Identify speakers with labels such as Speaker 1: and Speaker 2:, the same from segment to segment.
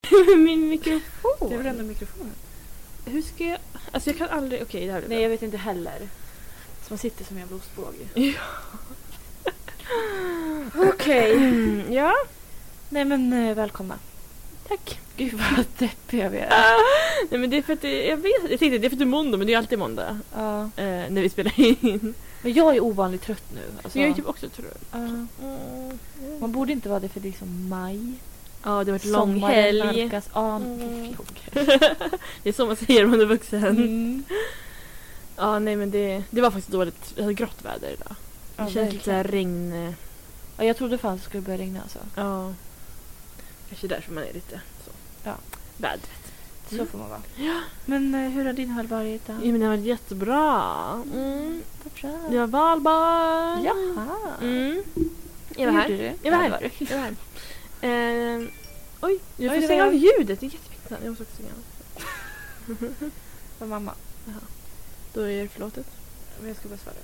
Speaker 1: min
Speaker 2: Det är
Speaker 1: mikrofon.
Speaker 2: varenda mikrofon här.
Speaker 1: Hur ska jag... Alltså jag kan aldrig... Okej, det här blir
Speaker 2: Nej, jag vet inte heller. Så man sitter som en jävla ostbåge.
Speaker 1: Okej. Mm, ja.
Speaker 2: Nej men eh, välkomna.
Speaker 1: Tack.
Speaker 2: Gud vad deppiga vi är.
Speaker 1: Ah, nej men det är för att det, jag vet, jag tänkte det är för att det är måndag men det är ju alltid måndag
Speaker 2: Ja.
Speaker 1: eh, när vi spelar in.
Speaker 2: Men jag är ovanligt trött nu. Alltså, Mm.
Speaker 1: Så jag är typ också trött.
Speaker 2: ja. man borde inte vara det för det är liksom maj.
Speaker 1: Ja det har varit
Speaker 2: Sommaren
Speaker 1: lång helg.
Speaker 2: nalkas. Ja,
Speaker 1: Mm.
Speaker 2: lång helg.
Speaker 1: Det är så man säger om man är vuxen.
Speaker 2: Mm.
Speaker 1: Ja nej men det, det var faktiskt dåligt, det hade grått väder idag. Det
Speaker 2: Ja,
Speaker 1: känns lite
Speaker 2: verkligen.
Speaker 1: såhär regn... eh,
Speaker 2: Ja, jag trodde fan det skulle börja regna alltså.
Speaker 1: Ja. Kanske därför man är lite så.
Speaker 2: Ja.
Speaker 1: Vädret.
Speaker 2: Så
Speaker 1: Mm.
Speaker 2: får man vara.
Speaker 1: Ja.
Speaker 2: Men eh, hur har din helg varit då?
Speaker 1: ja men det har varit jättebra. Mm.
Speaker 2: Vad bra.
Speaker 1: Det var valborg.
Speaker 2: Jaha.
Speaker 1: Mm. Jag var
Speaker 2: Vad
Speaker 1: här.
Speaker 2: gjorde du?
Speaker 1: Jag var
Speaker 2: Ja, det
Speaker 1: här. Jag var här. Eh, oj, jag får
Speaker 2: Oj, det
Speaker 1: stänga
Speaker 2: var
Speaker 1: av
Speaker 2: jag.
Speaker 1: ljudet. Det är jättepinsamt. Jag måste också stänga av.
Speaker 2: Var mamma.
Speaker 1: Då är det förlåtet.
Speaker 2: Men jag ska bara svara.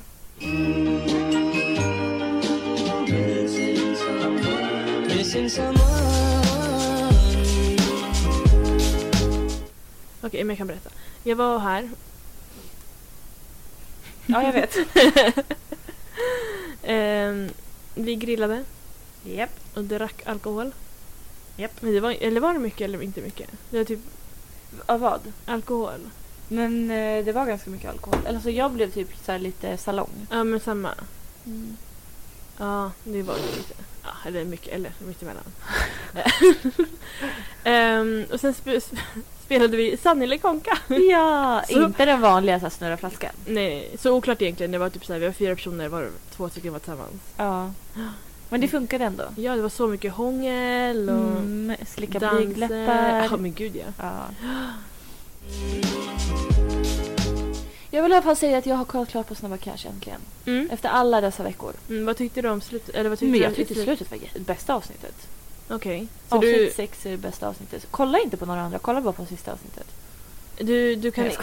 Speaker 3: Missing someone.
Speaker 1: Okej, men jag kan berätta. Jag var här.
Speaker 2: Ja, jag vet.
Speaker 1: Eh, vi grillade
Speaker 2: Japp.
Speaker 1: och drack alkohol.
Speaker 2: Japp.
Speaker 1: Men det var, eller var det mycket eller inte mycket? Det var typ
Speaker 2: Av vad?
Speaker 1: alkohol.
Speaker 2: Men eh, det var ganska mycket alkohol. Eller så jag blev typ så här lite salong.
Speaker 1: Ja, men samma. Mm. Ja, det var det lite. Ja, eller mycket, eller mittemellan. um, och sen sp sp spelade vi Sanny eller Konka.
Speaker 2: Ja,
Speaker 1: Så-
Speaker 2: inte den vanliga så här, snurra flaskan.
Speaker 1: Nej, nej, så oklart egentligen. Det var typ så här, vi var fyra personer var två stycken var tillsammans.
Speaker 2: Ja. Men det funkade ändå.
Speaker 1: Ja, det var så mycket hångel och
Speaker 2: Mm, slicka
Speaker 1: danser. Ja,
Speaker 2: blygdläppar.
Speaker 1: men gud ja.
Speaker 2: Ja. Jag vill i alla fall säga att jag har kollat klart på Snabba Cash äntligen.
Speaker 1: Mm.
Speaker 2: Efter alla dessa veckor.
Speaker 1: Mm, vad tyckte du om slutet? Eller vad tyckte
Speaker 2: Men
Speaker 1: du
Speaker 2: jag
Speaker 1: om
Speaker 2: tyckte
Speaker 1: slut-
Speaker 2: slutet var det bästa avsnittet.
Speaker 1: Okej. Så
Speaker 2: avsnitt
Speaker 1: du,
Speaker 2: sex är det bästa avsnittet. Så Kolla inte på några andra, kolla bara på sista avsnittet.
Speaker 1: du, du kan...
Speaker 2: Nej,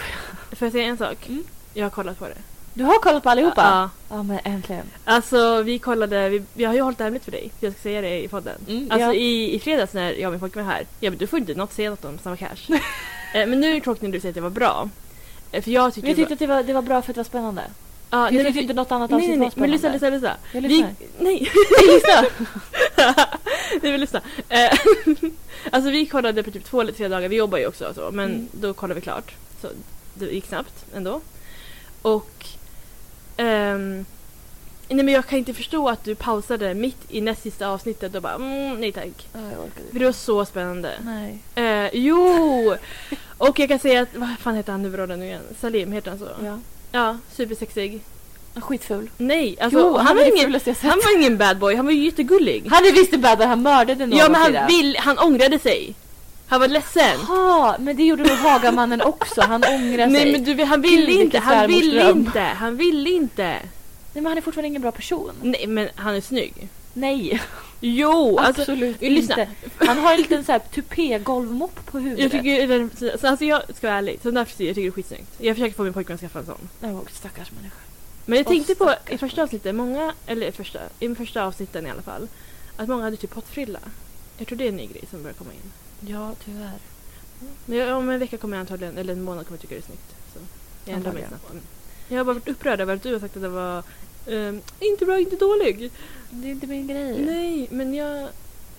Speaker 2: jag
Speaker 1: Får jag Mm. säga en sak? Jag har kollat på det.
Speaker 2: Du har kollat på allihopa?
Speaker 1: Ja.
Speaker 2: Ja, men äntligen.
Speaker 1: Alltså vi kollade, vi, jag har ju hållit det hemligt för dig. Jag ska säga det i podden.
Speaker 2: Mm,
Speaker 1: alltså
Speaker 2: ja.
Speaker 1: i, i fredags när jag och min pojkvän var här. Jag bara, du får inte något säga något om Snabba Cash. eh, men nu är det tråkigt när du säger att det var bra. Eh, för jag tycker...
Speaker 2: Men jag tyckte att det var, det var bra för att det var spännande.
Speaker 1: Ja, nej,
Speaker 2: jag
Speaker 1: men
Speaker 2: tyckte
Speaker 1: för-
Speaker 2: inte något annat
Speaker 1: Nej, nej,
Speaker 2: avsnitt
Speaker 1: nej,
Speaker 2: var
Speaker 1: men lyssna, lyssna,
Speaker 2: spännande.
Speaker 1: lyssna.
Speaker 2: Jag
Speaker 1: Vi,
Speaker 2: lyssnar.
Speaker 1: nej,
Speaker 2: lyssna.
Speaker 1: nej, men lyssna. Eh, alltså vi kollade på typ två eller tre dagar, vi jobbar ju också och så, men
Speaker 2: Mm.
Speaker 1: då kollade vi klart. Så det gick snabbt ändå. Och... ehm, nej men jag kan inte förstå att du pausade mitt i näst sista avsnittet och bara mm, nej tack.
Speaker 2: Ja, jag orkade
Speaker 1: För
Speaker 2: inte.
Speaker 1: det var så spännande.
Speaker 2: Nej.
Speaker 1: Eh, jo! Och jag kan säga att, vad fan heter han huvudrollen nu igen? Salim, heter han så?
Speaker 2: Ja.
Speaker 1: Ja, supersexig.
Speaker 2: Skitful.
Speaker 1: Nej, alltså
Speaker 2: jo, han,
Speaker 1: han, var
Speaker 2: är det
Speaker 1: ingen,
Speaker 2: fulaste jag sett.
Speaker 1: han var ingen bad boy, han var ju jättegullig.
Speaker 2: Han är visst en bad boy, han mördade någon
Speaker 1: ja men
Speaker 2: och
Speaker 1: han,
Speaker 2: sådär.
Speaker 1: vill, han ångrade sig. Han var ledsen.
Speaker 2: Jaha, men det gjorde nog Hagamannen också. Han ångrar sig.
Speaker 1: Nej men du, han ville
Speaker 2: Gud,
Speaker 1: inte,
Speaker 2: vilken
Speaker 1: han ville
Speaker 2: svärmorsdröm.
Speaker 1: inte, han ville inte.
Speaker 2: Nej, men han är fortfarande ingen bra person.
Speaker 1: Nej men han är snygg.
Speaker 2: Nej,
Speaker 1: Jo, alltså
Speaker 2: absolut
Speaker 1: lyssna.
Speaker 2: inte. Han har en liten så här tupégolvmopp på huvudet.
Speaker 1: jag tycker den, så- alltså jag ska vara ärlig, sån där frisyr, jag tycker det är skitsnyggt. Jag försöker få min pojkvän att skaffa en sån.
Speaker 2: Nej, stackars människa.
Speaker 1: Men jag
Speaker 2: Åh,
Speaker 1: tänkte på i
Speaker 2: stackars
Speaker 1: första avsnittet, många, eller i första, i de första avsnitten i alla fall, att många hade typ pottfrilla. Jag tror det är en ny grej som börjar komma in.
Speaker 2: Ja, tyvärr.
Speaker 1: Men jag, om en vecka kommer jag antagligen, eller en månad kommer jag tycka det är snyggt. Så jag ändrar mig
Speaker 2: Antagligen.
Speaker 1: snabbt. Mm. Jag har bara varit upprörd över att du har sagt att det var ehm, inte bra, inte dålig.
Speaker 2: Det är inte min grej.
Speaker 1: Nej, men jag...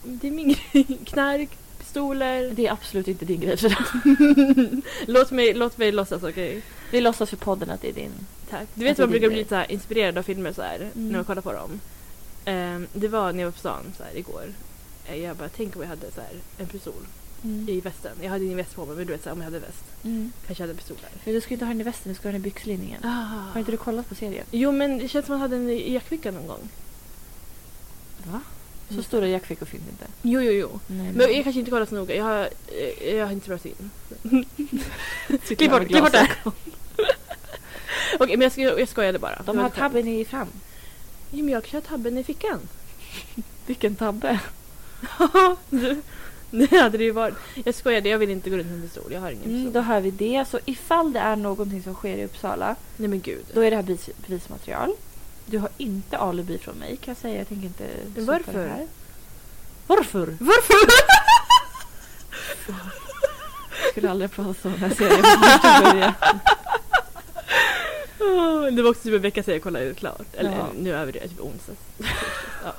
Speaker 1: Det är min grej. Knark, pistoler.
Speaker 2: Det är absolut inte din grej. Frida.
Speaker 1: låt, mig, låt mig låtsas, okej?
Speaker 2: Vi låtsas för podden att det är din.
Speaker 1: Tack. Du
Speaker 2: Att
Speaker 1: vet
Speaker 2: det är
Speaker 1: man brukar
Speaker 2: din
Speaker 1: bli
Speaker 2: grej.
Speaker 1: så här inspirerad av filmer så här,
Speaker 2: Mm.
Speaker 1: när man kollar på dem. Ehm, det var när jag var på stan så här, igår. Eh, Jag bara, tänk om jag hade så här, en pistol i västen. Jag hade ingen väst på mig, men du vet så här, om jag hade väst.
Speaker 2: Mm. Ah.
Speaker 1: Kanske jag hade en pistol där.
Speaker 2: Men du ska ju inte ha den i västen, du ska ha den i byxlinningen. Har inte du kollat på serien?
Speaker 1: Jo men det känns som att han hade en i jackfickan någon gång.
Speaker 2: Va? Så
Speaker 1: Mm.
Speaker 2: stora jackfickor finns inte.
Speaker 1: Jo jo jo.
Speaker 2: Nej,
Speaker 1: Men jag kanske inte kollar så noga. Jag har, eh, jag har inte spelat in. klipp
Speaker 2: där
Speaker 1: bort,
Speaker 2: med
Speaker 1: klipp bort det. här.
Speaker 2: glasögon.
Speaker 1: Okej men jag, sko jag skojade bara. Det
Speaker 2: De
Speaker 1: var
Speaker 2: har
Speaker 1: ett skämt.
Speaker 2: tabben i fram.
Speaker 1: Jo men jag kan ha tabben i fickan.
Speaker 2: Vilken tabbe?
Speaker 1: Du- det hade det ju varit. Jag skojade, jag vill inte gå runt med en pistol. Jag har ingen pistol.
Speaker 2: Mm, då hör vi det. Så ifall det är någonting som sker i Uppsala,
Speaker 1: Nej men gud.
Speaker 2: då är det här bevis, bevismaterial. Du har inte alibi från mig kan jag säga. Jag tänker inte sopa
Speaker 1: Varför?
Speaker 2: det här. Varför?
Speaker 1: Varför?
Speaker 2: Jag skulle aldrig pausa den här serien från början.
Speaker 1: Åh, Det var också typ en vecka sedan jag kollade klart. Eller
Speaker 2: Ja.
Speaker 1: nu överdriver jag, typ onsdags. ja.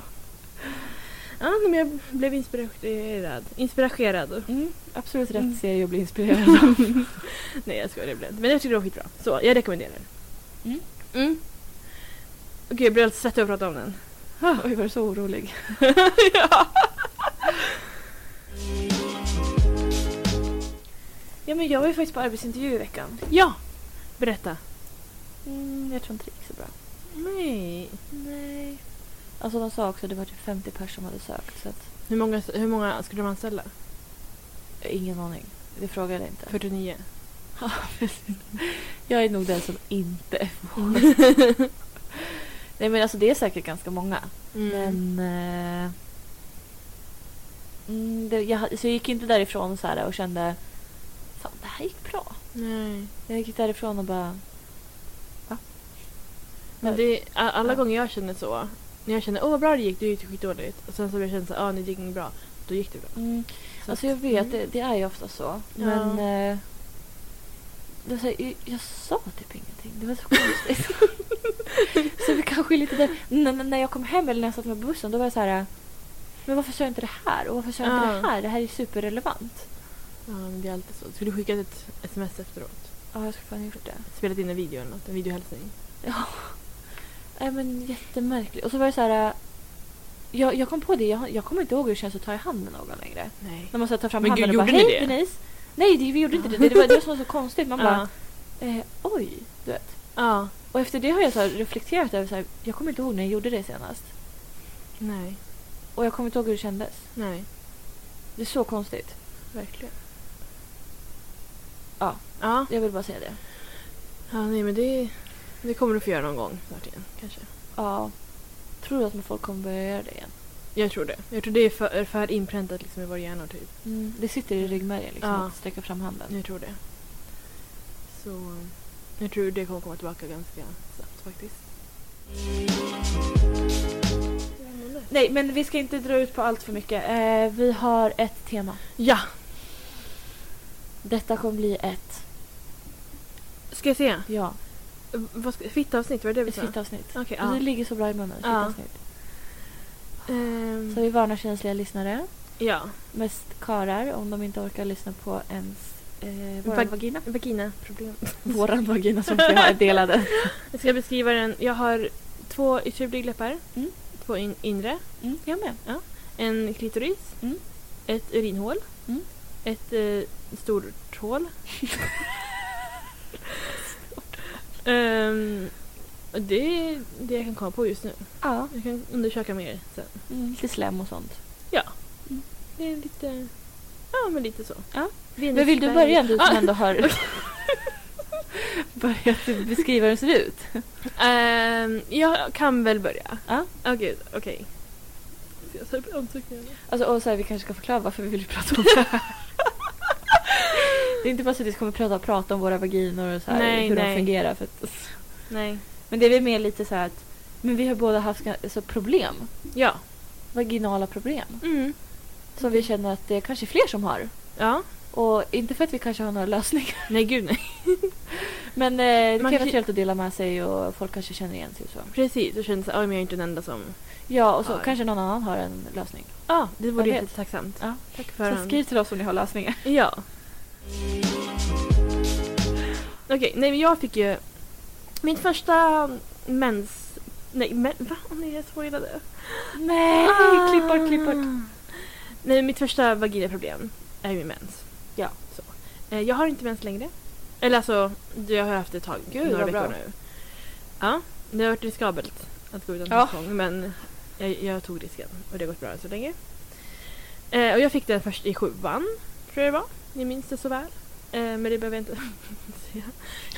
Speaker 1: ja, men jag blev inspirerad. Inspirerad.
Speaker 2: Mm, absolut
Speaker 1: Mm.
Speaker 2: rätt serie att bli inspirerad av.
Speaker 1: Nej jag skojar, det blev det. Men jag tyckte det var skitbra. Så jag rekommenderar den.
Speaker 2: Mm.
Speaker 1: Mm. Okej, jag blir alldeles svettig av att prata om den.
Speaker 2: Oj, var du så orolig?
Speaker 1: ja.
Speaker 2: Ja, men jag var ju faktiskt på arbetsintervju i veckan.
Speaker 1: ja, berätta.
Speaker 2: Mm, jag tror inte det gick så bra.
Speaker 1: Nej.
Speaker 2: Nej. Alltså de sa också att det var typ 50 personer som hade sökt så att
Speaker 1: Hur många, hur många skulle de anställa?
Speaker 2: jag har ingen aning. Det frågade jag inte.
Speaker 1: 49?
Speaker 2: Jag är nog den som inte är på. Nej men alltså det är säkert ganska många. Men... Eh, mm, det, jag, så jag gick inte därifrån så här och kände Fan, det här gick bra.
Speaker 1: Nej.
Speaker 2: Jag gick därifrån och bara...
Speaker 1: Men det, a- alla
Speaker 2: Ja.
Speaker 1: gånger jag känner så, när jag känner åh vad bra det gick, då gick det skitdåligt. Och sen så börjar jag känna så ah, nej det gick inte bra, då gick det bra.
Speaker 2: Mm,
Speaker 1: Så
Speaker 2: alltså jag
Speaker 1: att-
Speaker 2: vet,
Speaker 1: mm.
Speaker 2: det, det är ju ofta så.
Speaker 1: Ja.
Speaker 2: Men... Eh, det var så här, jag, jag sa typ ingenting. Det var så konstigt. så vi kanske är lite där... När, när- när jag kom hem eller när jag satt med bussen då var jag så här... Men varför sa jag inte det här? Och varför sa jag inte
Speaker 1: Ja.
Speaker 2: det här? Det här är superrelevant.
Speaker 1: Ja, men det är alltid så. Skulle du skicka ett sms efteråt?
Speaker 2: Ja, jag skulle fan ha gjort det.
Speaker 1: Spelat in en video eller något, en videohälsning?
Speaker 2: Nej men jättemärkligt. Och så var det så här... äh, Jag, jag kom på det, jag, jag kommer inte ihåg hur det känns att ta i hand med någon längre.
Speaker 1: Nej.
Speaker 2: När man så här tar fram
Speaker 1: Men
Speaker 2: handen
Speaker 1: gud,
Speaker 2: och bara
Speaker 1: gjorde ni
Speaker 2: hej
Speaker 1: det?"
Speaker 2: Denise. Nej det, vi gjorde inte det. Det var, det var så, så konstigt. Man bara
Speaker 1: Ja.
Speaker 2: eh, oj. Du vet.
Speaker 1: ja.
Speaker 2: Och efter det har jag så här reflekterat över så här, jag kommer inte ihåg när jag gjorde det senast.
Speaker 1: Nej.
Speaker 2: Och jag kommer inte ihåg hur det kändes.
Speaker 1: Nej.
Speaker 2: Det är så konstigt.
Speaker 1: Verkligen.
Speaker 2: Ja.
Speaker 1: Ja,
Speaker 2: Jag vill bara säga det.
Speaker 1: ja nej men det, det kommer du få göra någon gång snart igen kanske.
Speaker 2: Ja. Tror du att folk kommer börja göra det igen?
Speaker 1: Jag tror det. Jag tror det är för, är för inpräntat liksom i vår hjärna typ.
Speaker 2: Det sitter i ryggmärgen liksom,
Speaker 1: Ja.
Speaker 2: att sträcka fram handen.
Speaker 1: Jag tror det. Så jag tror det kommer komma tillbaka ganska snabbt faktiskt.
Speaker 2: Nej, men vi ska inte dra ut på allt för mycket. Eh, vi har ett tema.
Speaker 1: Ja,
Speaker 2: Detta kommer bli ett,
Speaker 1: ska jag se.
Speaker 2: ja,
Speaker 1: V- Vad ska, fittavsnitt, var det det vi
Speaker 2: ett
Speaker 1: sa?
Speaker 2: fittavsnitt.
Speaker 1: Okej,
Speaker 2: Det
Speaker 1: ja.
Speaker 2: ligger så bra i munnen.
Speaker 1: Ja.
Speaker 2: fittavsnitt.
Speaker 1: Ehm,
Speaker 2: Så vi varnar känsliga lyssnare,
Speaker 1: ja.
Speaker 2: mest karar om de inte orkar lyssna på ens eh, våran
Speaker 1: Vag-
Speaker 2: vagina.
Speaker 1: Vaginaproblem.
Speaker 2: Våran vagina som vi har delade.
Speaker 1: Jag ska beskriva den. Jag har två yttre blygdläppar,
Speaker 2: Mm.
Speaker 1: två in, inre,
Speaker 2: Mm, jag med.
Speaker 1: en klitoris,
Speaker 2: Mm.
Speaker 1: ett urinhål,
Speaker 2: Mm.
Speaker 1: ett eh, stort hål. Ehm, och det är det jag kan komma på just nu.
Speaker 2: Ja,
Speaker 1: Jag kan undersöka mer sen.
Speaker 2: mm, lite slem och sånt.
Speaker 1: Det är lite... Ja, men lite så.
Speaker 2: Ja.
Speaker 1: Venusberg.
Speaker 2: Men vill du börja du som
Speaker 1: Ah,
Speaker 2: ändå har börjat beskriva hur det ser ut?
Speaker 1: ehm, jag kan väl börja.
Speaker 2: Ja.
Speaker 1: Åh gud, okej. Ska jag ta upp anteckningarna?
Speaker 2: Alltså, och så här, vi kanske ska förklara varför vi vill prata om det här. Det är inte bara så att vi kommer prata, prata om våra vaginor och så här,
Speaker 1: Nej,
Speaker 2: hur
Speaker 1: nej.
Speaker 2: de fungerar. För att,
Speaker 1: Nej.
Speaker 2: men det är väl mer lite så här att men vi har båda haft ga- alltså, problem.
Speaker 1: Ja.
Speaker 2: Vaginala problem.
Speaker 1: Mm.
Speaker 2: Som vi känner att det är kanske är fler som har.
Speaker 1: Ja.
Speaker 2: Och inte för att vi kanske har några lösningar.
Speaker 1: Nej, gud nej.
Speaker 2: Men eh, det
Speaker 1: Man
Speaker 2: kan vara
Speaker 1: kan-
Speaker 2: trevligt att dela med sig och folk kanske känner igen sig och så.
Speaker 1: Precis, då känns det som att jag är inte den enda som...
Speaker 2: Ja, och så
Speaker 1: Ja.
Speaker 2: kanske någon annan har en lösning.
Speaker 1: Ja, det vore
Speaker 2: Jag vet.
Speaker 1: jättetacksamt.
Speaker 2: Ja.
Speaker 1: Tack för
Speaker 2: Så
Speaker 1: den.
Speaker 2: skriv till oss om ni har lösningar.
Speaker 1: Ja. Okej, nej men jag fick ju... Min första mens... Nej, men... Va? Åh, Nej, jag spoilade.
Speaker 2: Nej,
Speaker 1: Ah.
Speaker 2: klipp bort, klipp bort.
Speaker 1: Nej, mitt första vaginaproblem är ju mens.
Speaker 2: Ja.
Speaker 1: Så. Eh, Jag har inte mens längre. Eller alltså, det har jag haft ett tag.
Speaker 2: Gud,
Speaker 1: några
Speaker 2: vad
Speaker 1: veckor
Speaker 2: bra.
Speaker 1: nu. Ja, det har varit riskabelt att gå utan
Speaker 2: Ja.
Speaker 1: tampong. Men jag, jag tog risken och det har gått bra än så länge. Eh, och jag fick den först i sjuan, tror jag det var. Ni minns det så väl. Eh, men det behöver jag inte säga.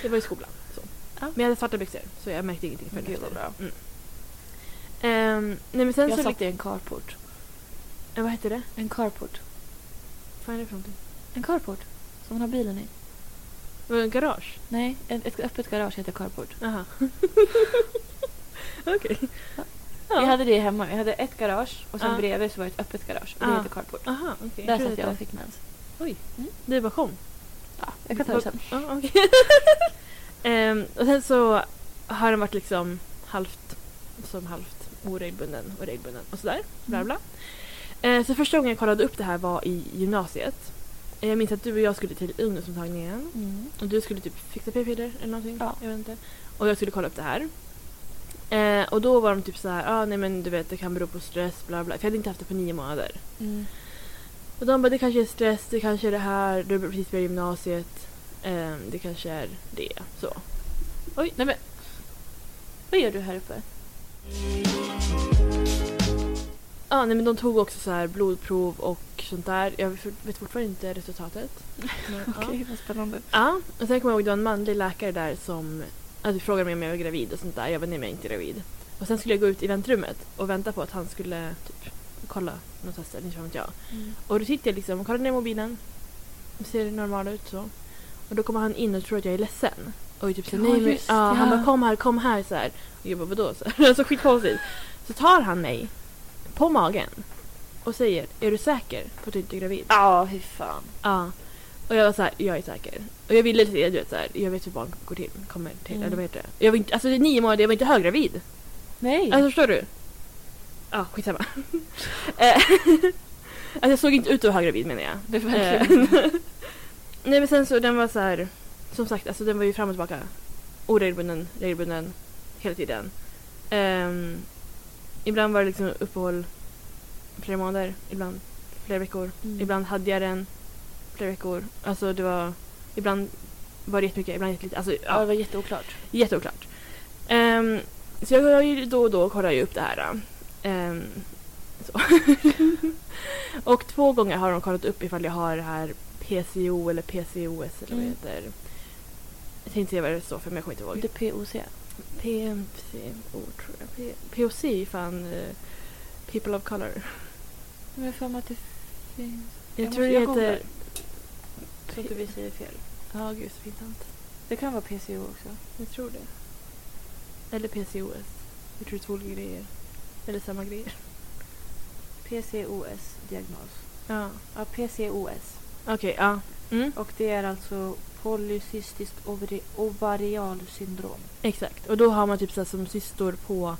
Speaker 1: Det var i skolan. Så.
Speaker 2: Ja.
Speaker 1: Men jag hade svarta byxor så jag märkte ingenting förrän
Speaker 2: Gud, vad
Speaker 1: efter.
Speaker 2: bra.
Speaker 1: Mm. Ehm, nej, men sen
Speaker 2: Jag
Speaker 1: så
Speaker 2: satt i en carport.
Speaker 1: Eh, Vad hette det?
Speaker 2: En carport.
Speaker 1: Vad är det för någonting?
Speaker 2: En carport? Som man har bilen i?
Speaker 1: Var det en garage?
Speaker 2: Nej, en, ett öppet garage heter carport.
Speaker 1: Jaha. Okej. Ja.
Speaker 2: Vi hade det hemma. Vi hade ett garage och sen
Speaker 1: Ja.
Speaker 2: bredvid så var det ett öppet garage. Och det
Speaker 1: Ja.
Speaker 2: heter carport.
Speaker 1: Aha, okej.
Speaker 2: Där
Speaker 1: tror
Speaker 2: satt
Speaker 1: det
Speaker 2: jag och
Speaker 1: heter-
Speaker 2: fick mens.
Speaker 1: Oj,
Speaker 2: Mm.
Speaker 1: det bara kom.
Speaker 2: Ja, jag kan ta det sen.
Speaker 1: Ja, okej. Ehm, och sen så har den varit liksom halvt, som halvt oregelbunden och regelbunden och sådär. Bla bla. Eh, så första gången jag kollade upp det här var i gymnasiet. Eh, Jag minns att du och jag skulle till ungdomsmottagningen
Speaker 2: Mm.
Speaker 1: och du skulle typ fixa p-piller eller någonting.
Speaker 2: Ja.
Speaker 1: Jag vet inte. Och jag skulle kolla upp det här. Eh, och då var de typ så här, ah, nej men du vet det kan bero på stress, bla bla. För jag hade inte haft det på nio månader. Och de bara, det kanske är stress, det kanske är det här, du har precis börjat gymnasiet, ehm, det kanske är det. Så.
Speaker 2: Oj, nej men. Vad gör du här uppe?
Speaker 1: Ja, nej, men de tog också så här blodprov och sånt där. Jag vet fortfarande inte resultatet. Men, ja.
Speaker 2: vad spännande.
Speaker 1: Ja, och sen kommer jag ihåg det var en manlig läkare där som alltså, frågade mig om jag var gravid och sånt där. Jag var nej men jag är inte gravid. Och sen skulle jag gå ut i väntrummet och vänta på att han skulle typ kolla något test eller inte vad vet jag.
Speaker 2: Mm.
Speaker 1: Och då sitter jag liksom och kollar ner i mobilen. Ser normal ut så. Och då kommer han in och tror att jag är ledsen. Och är typ så
Speaker 2: Ja,
Speaker 1: nej men,
Speaker 2: just
Speaker 1: ja, han
Speaker 2: det.
Speaker 1: bara kom här, kom här så här. Och jag bara vadå? Så, här. så skitkonstigt. Så tar han mig på magen och säger är du säker på att du inte är gravid?
Speaker 2: Ja, hur fan.
Speaker 1: Ja. Och jag var så här, jag är säker. Och jag ville se, du vet så här, jag vet hur barn går till, kommer till,
Speaker 2: Mm.
Speaker 1: eller vad heter det? Jag var inte, alltså det är nio månader, jag var inte höggravid.
Speaker 2: Nej.
Speaker 1: Alltså förstår du? Ja, skitsamma. Eh, alltså jag såg inte ut att vara höggravid menar jag.
Speaker 2: det är
Speaker 1: Eh, Nej men sen så den var så här, som sagt alltså den var ju fram och tillbaka. Oregelbunden, regelbunden, hela tiden. Ehm, ibland var det liksom uppehåll flera månader, ibland flera veckor.
Speaker 2: Mm.
Speaker 1: Ibland hade jag den flera veckor. Alltså det var, ibland var det jättemycket, ibland jättelite. Alltså
Speaker 2: Ja, det
Speaker 1: ja,
Speaker 2: var jätteoklart.
Speaker 1: jätteoklart. Ehm, så jag har ju då och då kollar jag upp det här. Ehm, så. och två gånger har de kollat upp ifall jag har det här PCO eller PCOS eller vad det
Speaker 2: Mm.
Speaker 1: heter. Jag tänkte se vad det står för men jag kommer inte ihåg.
Speaker 2: Det är POC.
Speaker 1: PMCO tror jag. P- POC är fan eh, People of Color.
Speaker 2: Men jag har för mig att det finns...
Speaker 1: Jag,
Speaker 2: måste-
Speaker 1: tror det
Speaker 2: jag
Speaker 1: heter...
Speaker 2: Så att vi säger fel.
Speaker 1: Ja, gud så pinsamt.
Speaker 2: Det kan vara PCO också.
Speaker 1: Jag tror det. Eller PCOS. Jag tror det är två olika grejer. Eller samma grejer.
Speaker 2: PCOS-diagnos.
Speaker 1: Ja.
Speaker 2: Ja, PCOS.
Speaker 1: Okej, ja. Mm.
Speaker 2: Och det är alltså polycystiskt ovari- ovarialsyndrom.
Speaker 1: Exakt. Och då har man typ så här som cystor på...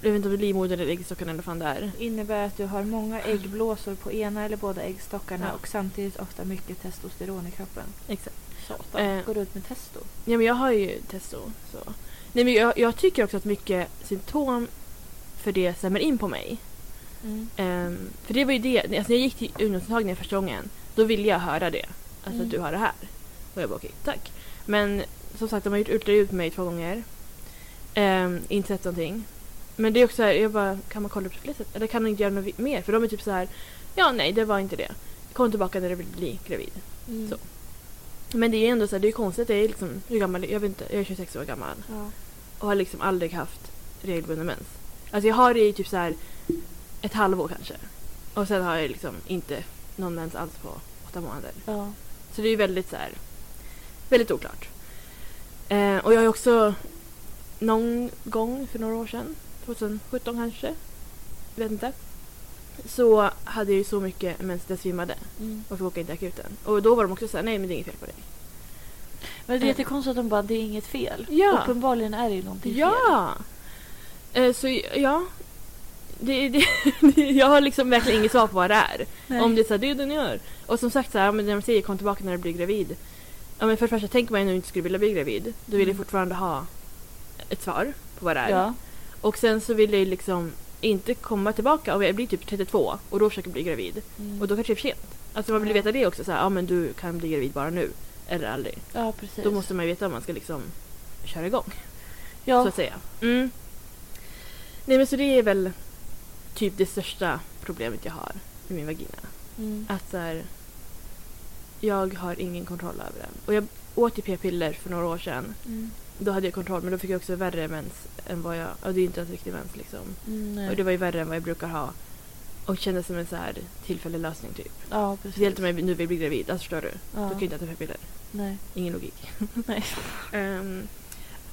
Speaker 1: Jag vet inte om det är livmodern eller äggstockarna eller vad fan det är.
Speaker 2: Det innebär att du har många äggblåsor på ena eller båda äggstockarna
Speaker 1: Ja.
Speaker 2: och samtidigt ofta mycket testosteron i kroppen.
Speaker 1: Exakt.
Speaker 2: Satan.
Speaker 1: Eh.
Speaker 2: Går du ut med testo?
Speaker 1: Ja, men jag har ju testo. Så. Nej, men jag, jag tycker också att mycket symptom för det stämmer in på mig.
Speaker 2: Mm.
Speaker 1: Ehm, för det var ju det, alltså när jag gick till ungdomsmottagningen första gången, då ville jag höra det. Alltså
Speaker 2: Mm.
Speaker 1: att du har det här. Och jag bara okej, tack. Men som sagt, de har gjort ultraljud på mig två gånger. Ehm, inte sett någonting. Men det är också så här, jag bara, kan man kolla upp det Eller kan man inte göra något vi- mer? För de är typ så här, ja nej det var inte det. Kom tillbaka när du blir gravid.
Speaker 2: Mm.
Speaker 1: Så. Men det är ändå så här, det är konstigt, det är liksom, hur gammal, jag vet inte, jag är 26 år gammal
Speaker 2: Ja.
Speaker 1: och har liksom aldrig haft regelbunden mens. Alltså jag har det i typ så här ett halvår kanske. Och sen har jag liksom inte någon mens alls på åtta månader.
Speaker 2: ja.
Speaker 1: Så det är ju väldigt så här, väldigt oklart. Eh, och jag har ju också någon gång för några år sedan, 2017 kanske, vet inte, så hade jag ju så mycket mens att jag svimmade
Speaker 2: Mm.
Speaker 1: och fick åka in till akuten. Och då var de också så här, nej men det är inget fel på dig.
Speaker 2: Men
Speaker 1: Eh.
Speaker 2: det är jättekonstigt att de bara, det är inget fel.
Speaker 1: Ja.
Speaker 2: Uppenbarligen är det ju någonting fel.
Speaker 1: Ja! Eh, så ja. Det, det, jag har liksom verkligen inget svar på vad det är.
Speaker 2: Nej.
Speaker 1: Om det är så här, det är det ni gör. Och som sagt, så här, ja, men när de säger kom tillbaka när du blir gravid. Ja, men för det första, tänker man ju när du inte skulle vilja bli gravid. Då vill jag
Speaker 2: Mm.
Speaker 1: fortfarande ha ett svar på vad det är.
Speaker 2: Ja.
Speaker 1: Och sen så vill jag ju liksom inte komma tillbaka om jag blir typ 32 och då försöker bli gravid.
Speaker 2: Mm.
Speaker 1: Och då kanske det är för sent. Alltså man vill ju
Speaker 2: Ja.
Speaker 1: veta det också. Så här, ja men du kan bli gravid bara nu. Eller aldrig.
Speaker 2: ja, precis.
Speaker 1: Då måste man ju veta om man ska liksom köra igång
Speaker 2: ja.
Speaker 1: så att säga. Mm. Nej men så det är väl typ det största problemet jag har med min vagina.
Speaker 2: Mm.
Speaker 1: Att så här, jag har ingen kontroll över den. Och jag åt ju p-piller för några år sedan.
Speaker 2: Mm.
Speaker 1: Då hade jag kontroll men då fick jag också värre mens än vad jag... Och det är ju inte ens riktig mens liksom.
Speaker 2: Mm, nej.
Speaker 1: Och det var ju värre än vad jag brukar ha. Och kändes som en så här tillfällig lösning typ.
Speaker 2: Ja, precis.
Speaker 1: Speciellt om jag nu vill bli gravid, alltså förstår du?
Speaker 2: ja.
Speaker 1: Då kan jag inte äta p-piller.
Speaker 2: Nej.
Speaker 1: Ingen logik.
Speaker 2: Nej.
Speaker 1: Ehm,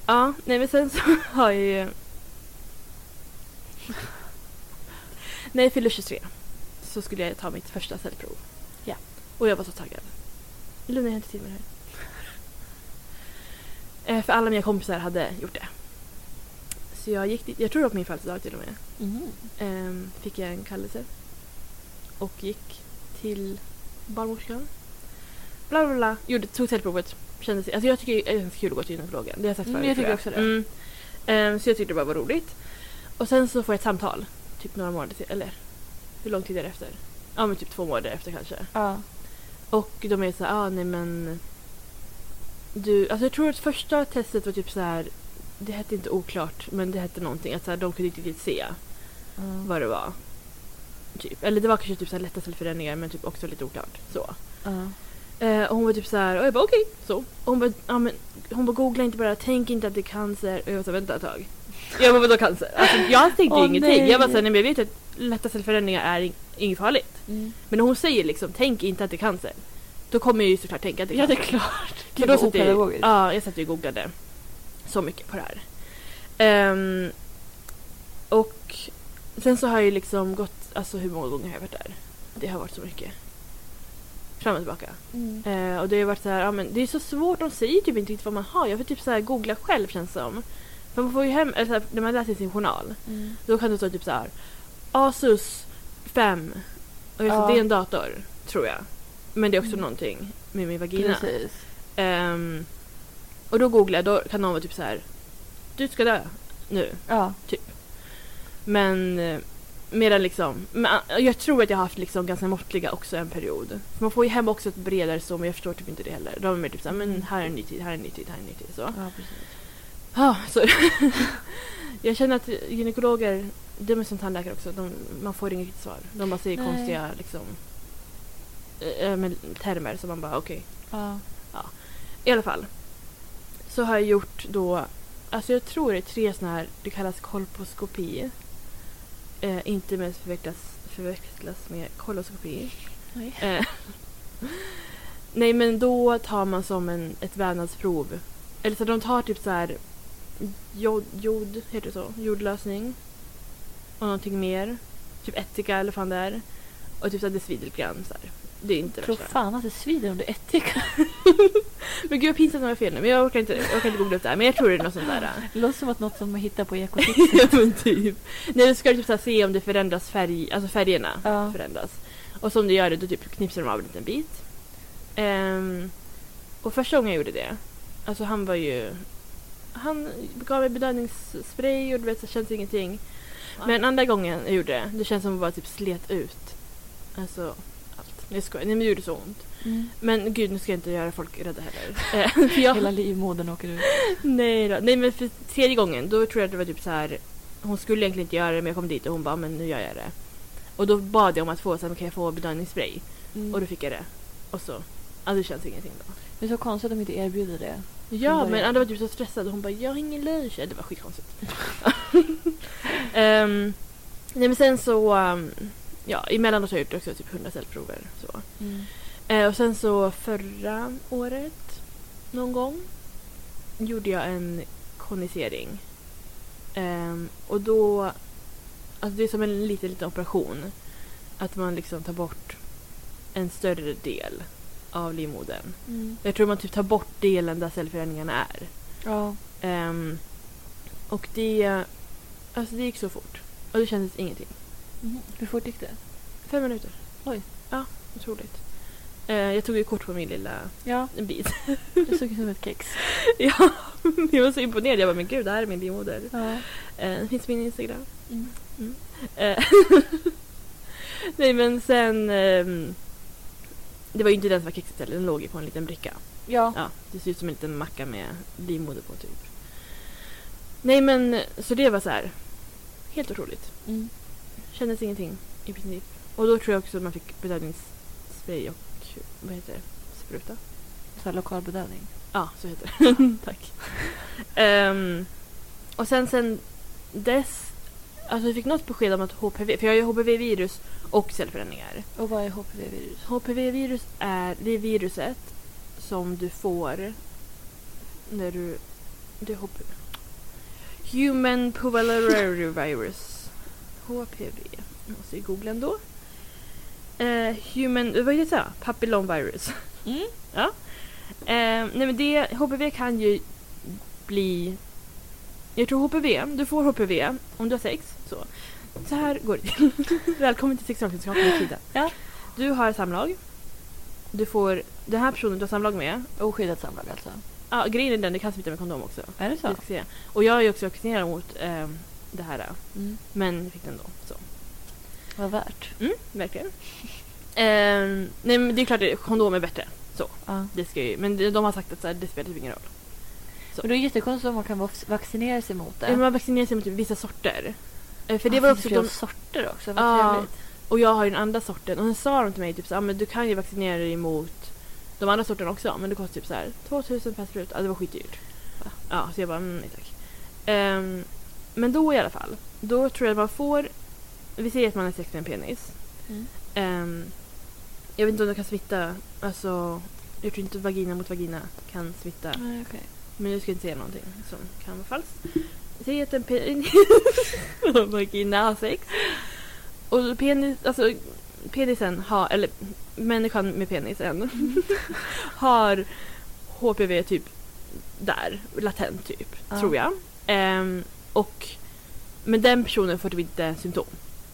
Speaker 1: ja, nej men sen så har jag ju... När jag fyller 23 så skulle jag ta mitt första cellprov.
Speaker 2: Ja.
Speaker 1: Och jag var så taggad. Luna, jag har inte tid med det här. Eh, För alla mina kompisar hade gjort det. Så jag gick dit, jag tror det var på min födelsedag till och med.
Speaker 2: Mm.
Speaker 1: Ehm, fick jag en kallelse. Och gick till barnmorskan. Bla bla bla. Gjorde, tog cellprovet. Kände sig, alltså jag tycker det är ganska kul att gå till gynekologen. Det har jag sagt
Speaker 2: Mm,
Speaker 1: förut.
Speaker 2: jag
Speaker 1: tror
Speaker 2: tycker också det.
Speaker 1: Mm. Ehm, så jag tyckte det bara var roligt. Och sen så får jag ett samtal. Typ några månader till, eller hur lång tid är det efter? Ja men typ två månader efter kanske.
Speaker 2: Ja.
Speaker 1: Och de är så här, ah, nej men... Du, alltså jag tror att första testet var typ så här... Det hette inte oklart, men det hette någonting. Att så här, de kunde inte riktigt se
Speaker 2: Mm.
Speaker 1: vad det var. Typ. Eller det var kanske typ så här lätta cellförändringar men typ också lite oklart. Så.
Speaker 2: Ja.
Speaker 1: Eh, och hon var typ så här, och jag bara okej. Så. Och hon bara, ja, men, hon bara googla inte bara, tänk inte att det är cancer. Och jag var så här, vänta ett tag. Jag bara vadå cancer? Alltså, jag tänkte ju
Speaker 2: Åh,
Speaker 1: ingenting.
Speaker 2: nej.
Speaker 1: Jag bara så här, nej men jag vet ju att lätta cellförändringar är ing- inget farligt.
Speaker 2: Mm.
Speaker 1: Men när hon säger liksom, tänk inte att det är cancer. Då kommer jag ju såklart tänka att det är
Speaker 2: Ja, det
Speaker 1: cancer.
Speaker 2: är klart.
Speaker 1: För
Speaker 2: Gud,
Speaker 1: då
Speaker 2: vad
Speaker 1: satt jag,
Speaker 2: opedagogiskt.
Speaker 1: ja, jag satt ju och googlade så mycket på det här. Ehm, och sen så har jag ju liksom gått, alltså hur många gånger har jag varit där? Det har varit så mycket. Fram och tillbaka.
Speaker 2: Mm.
Speaker 1: Eh, och det har ju varit så här, ja men det är så svårt, de säger typ inte riktigt vad man har. Jag får typ så här googla själv känns det som. För man får ju hem, eller så här, när man läser sin journal,
Speaker 2: Mm.
Speaker 1: då kan det stå typ så här Asus 5. Och jag
Speaker 2: Ja.
Speaker 1: ja. det är en dator, tror jag. Men det är också
Speaker 2: Mm.
Speaker 1: någonting med min vagina.
Speaker 2: Precis.
Speaker 1: Ehm, och då googlar jag, då kan någon vara typ så här. Du ska dö nu.
Speaker 2: Ja.
Speaker 1: Men eh, medan liksom, men, eh, jag tror att jag har haft liksom ganska måttliga också en period. För man får ju hem också ett bredare så men jag förstår typ inte det heller. De är mer typ såhär, men här är en ny tid, här är en ny tid, här är en ny tid. Så.
Speaker 2: ja precis.
Speaker 1: Ja, så jag känner att gynekologer, de är som tandläkare också, de, man får inget riktigt svar. De bara säger
Speaker 2: Nej.
Speaker 1: konstiga liksom, eh, eh, men, termer som man bara okej.
Speaker 2: Ja.
Speaker 1: I alla fall. Så har jag gjort då, alltså jag tror det är tre sådana här, det kallas kolposkopi. Eh, inte med förväxlas, förväxlas med koloskopi.
Speaker 2: Nej.
Speaker 1: Eh, nej men då tar man som en, ett vävnadsprov. Eller så de tar typ så här jod, jod heter det så? Jordlösning. Och någonting mer. Typ ättika eller vad fan det är. Och typ så här, det svider lite grann. Så här. Det är inte
Speaker 2: Tror
Speaker 1: värsta.
Speaker 2: fan att det svider om du är ättika.
Speaker 1: Men gud vad pinsamt om jag har fel nu. Men jag orkar inte, jag orkar inte googla upp det här. Men jag tror det är något sånt där.
Speaker 2: Det låter som att något som man hittar på ekotipset.
Speaker 1: ja men typ. Nej då ska du typ så här se om det förändras färg, alltså färgerna
Speaker 2: Ja.
Speaker 1: förändras. Och som det gör det då typ knipsar de av en liten bit. Ehm, och första gången jag gjorde det, alltså han var ju... Han gav mig bedövningsspray och du vet så känns ingenting. Men andra gången jag gjorde det, det känns som att bara typ slet ut. Alltså allt. Nej jag skojar, nej men det gjorde så ont.
Speaker 2: Mm.
Speaker 1: Men gud nu ska jag inte göra folk rädda heller. Eh, för jag-
Speaker 2: Hela livmodern åker ut.
Speaker 1: Nej då. Nej men för tredje gången då tror jag att det var typ så här. Hon skulle egentligen inte göra det men jag kom dit och hon bara men nu gör jag det. Och då bad jag om att få så här, kan jag få bedövningsspray?
Speaker 2: Mm.
Speaker 1: Och då fick jag det. Och så. Ja det känns ingenting då.
Speaker 2: Det är så konstigt att de inte erbjuder det.
Speaker 1: Ja
Speaker 2: började-
Speaker 1: men Anna var typ så stressad och hon bara jag har ingen lunch. Ja, Det var skitkonstigt. um, nej men sen så. Um, ja emellanåt har jag gjort också typ 100 cellprover. Så.
Speaker 2: Mm.
Speaker 1: Eh, och sen så förra året någon gång gjorde jag en konisering. Ehm, och då... Alltså det är som en liten, liten operation. Att man liksom tar bort en större del av livmodern.
Speaker 2: Mm.
Speaker 1: Jag tror man typ tar bort delen där cellförändringarna är.
Speaker 2: Ja.
Speaker 1: Ehm, och det... Alltså det gick så fort. Och det kändes ingenting.
Speaker 2: Mhm. Hur fort gick det?
Speaker 1: Fem minuter.
Speaker 2: Oj.
Speaker 1: Ja, otroligt. Eh, jag tog ju kort på min lilla
Speaker 2: Ja,
Speaker 1: bit.
Speaker 2: det såg ut som ett kex.
Speaker 1: Ja, jag var så imponerad. Jag bara, men gud, det här är min livmoder.
Speaker 2: Ja.
Speaker 1: Eh, det finns på min Instagram.
Speaker 2: Mm.
Speaker 1: Eh, Nej, men sen... ehm, det var ju inte den som var kexet heller, den låg ju på en liten bricka.
Speaker 2: Ja.
Speaker 1: Ja, det ser ut som en liten macka med livmoder på, typ. Nej, men så det var så här. Helt otroligt.
Speaker 2: Mm.
Speaker 1: Kändes ingenting, i princip. Och då tror jag också att man fick bedövningsspray och, vad heter det, spruta.
Speaker 2: Så här lokal bedövning.
Speaker 1: Ja, så heter det. Tack. Ehm, och sen sen dess, alltså vi fick något besked om att HPV, för jag har ju HPV-virus och cellförändringar.
Speaker 2: Och vad är HPV-virus?
Speaker 1: HPV-virus är det är viruset som du får när du... Det är HPV. Human Papillary Virus. HPV. Jag måste ju googla ändå. Eh, human, vad heter det? Papillomvirus.
Speaker 2: Mm.
Speaker 1: Eh, nej men det, HPV kan ju bli... Jag tror HPV, du får HPV om du har sex. Så, så här går det till. Välkommen till sexualkunskap med Frida.
Speaker 2: Ja.
Speaker 1: Du har samlag. Du får, den här personen du har samlag med,
Speaker 2: Oskyddat samlag alltså.
Speaker 1: ja grejen är den, du kan smitta med kondom också.
Speaker 2: Är det
Speaker 1: Vi ska se. Och jag är ju också vaccinerad mot eh, det här. eh,
Speaker 2: Mm.
Speaker 1: Men jag fick den då. Så.
Speaker 2: Vad värt.
Speaker 1: Mm, verkligen. Eh, nej men det är klart, att kondom är bättre.
Speaker 2: Ja.
Speaker 1: Det ska ju, men de de har sagt att så här, det spelar typ ingen roll.
Speaker 2: Men det är jättekonstigt om man kan vac- vaccinera sig mot det.
Speaker 1: Ja, men man vaccinerar sig mot typ vissa sorter. Eh, För det
Speaker 2: Ja,
Speaker 1: var
Speaker 2: finns
Speaker 1: också
Speaker 2: flera
Speaker 1: de,
Speaker 2: sorter också. Vad
Speaker 1: Ja.
Speaker 2: trevligt.
Speaker 1: och jag har ju den andra sorten. Och sen sa de till mig typ så, här, "Ah, men du kan ju vaccinera dig mot de andra sorterna också. Men det kostar typ så här 2000 per sprut. Ja, det var skitdyrt.
Speaker 2: Va?
Speaker 1: Ja, så jag bara, mm, nej tack. Ehm, men då i alla fall. Då tror jag att man får, vi säger att man är sex med en penis.
Speaker 2: Mm.
Speaker 1: Ehm, jag vet inte om de kan smitta, alltså jag tror inte vagina mot vagina kan smitta.
Speaker 2: Nej, okej.
Speaker 1: Men jag ska inte säga någonting som kan vara falskt. Säg att en penis och vagina har sex. Och penis, alltså penisen har, eller människan med penisen har HPV typ där, latent typ,
Speaker 2: Ja.
Speaker 1: tror jag. Ehm, och, men den personen får typ inte symptom.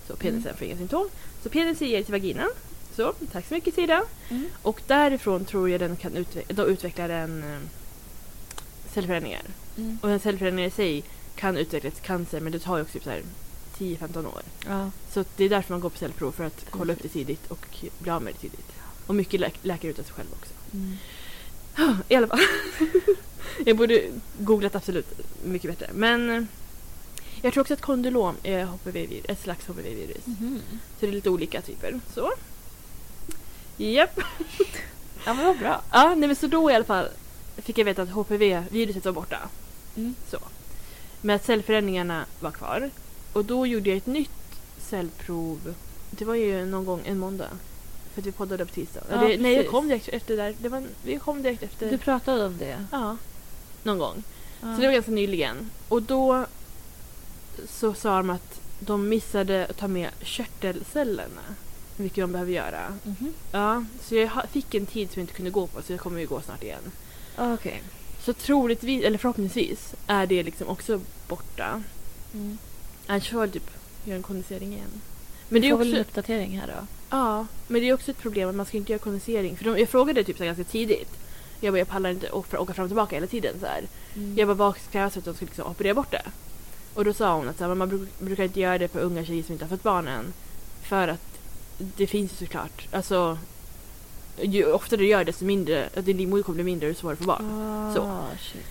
Speaker 1: Så penisen
Speaker 2: Mm.
Speaker 1: får inga symptom. Så penisen ger till vaginan. Så, tack så mycket Sida.
Speaker 2: Mm.
Speaker 1: Och därifrån tror jag den kan utve- då utvecklar den eh, cellförändringar.
Speaker 2: Mm.
Speaker 1: Och en cellförändring i sig kan utveckla till cancer men det tar ju också typ så här 10-15 år.
Speaker 2: Ja.
Speaker 1: Så att det är därför man går på cellprov för att kolla upp det tidigt och bli av med det tidigt. Och mycket lä- läker ut av sig själv också.
Speaker 2: Mm.
Speaker 1: I alla fall. jag borde googlat absolut mycket bättre. Men eh, jag tror också att kondylom eh, är HPV-virus, ett slags HPV-virus.
Speaker 2: Mm.
Speaker 1: Så det är lite olika typer. Så. Japp.
Speaker 2: Ja men vad bra.
Speaker 1: Ja, nej men så då i alla fall fick jag veta att HPV-viruset var borta.
Speaker 2: Mm.
Speaker 1: Så. Men att cellförändringarna var kvar. Och då gjorde jag ett nytt cellprov. Det var ju någon gång en måndag. För att vi poddade på tisdag.
Speaker 2: Ja,
Speaker 1: Eller, nej, jag
Speaker 2: precis.
Speaker 1: kom direkt efter där. Det var, en- vi kom direkt efter.
Speaker 2: Du pratade om det.
Speaker 1: ja. Någon gång.
Speaker 2: Ja.
Speaker 1: Så det var ganska nyligen. Och då så sa de att de missade att ta med körtelcellerna. Vilket de behöver göra.
Speaker 2: Mhm.
Speaker 1: Ja, så jag ha- fick en tid som jag inte kunde gå på så jag kommer ju gå snart igen.
Speaker 2: Ah, Okej.
Speaker 1: Så troligtvis, eller förhoppningsvis, är det liksom också borta.
Speaker 2: Mm.
Speaker 1: Annars får jag typ göra en kondensering igen.
Speaker 2: Vi
Speaker 1: Men det, är
Speaker 2: får väl en
Speaker 1: också,
Speaker 2: uppdatering här då.
Speaker 1: ja, men det är också ett problem att man ska inte göra kondensering. För de, jag frågade typ så här ganska tidigt. Jag bara, jag pallar inte att åka fram och tillbaka hela tiden. Så här.
Speaker 2: Mm.
Speaker 1: Jag bara, vad krävs för att de ska liksom operera bort det? Och då sa hon att så här, men man bruk, brukar inte göra det på unga tjejer som inte har fått barn än. För att det finns ju såklart, alltså ju oftare du gör det desto mindre, att din livmoder kommer bli mindre och svårare att få barn.
Speaker 2: Ah,
Speaker 1: Så.
Speaker 2: Shit.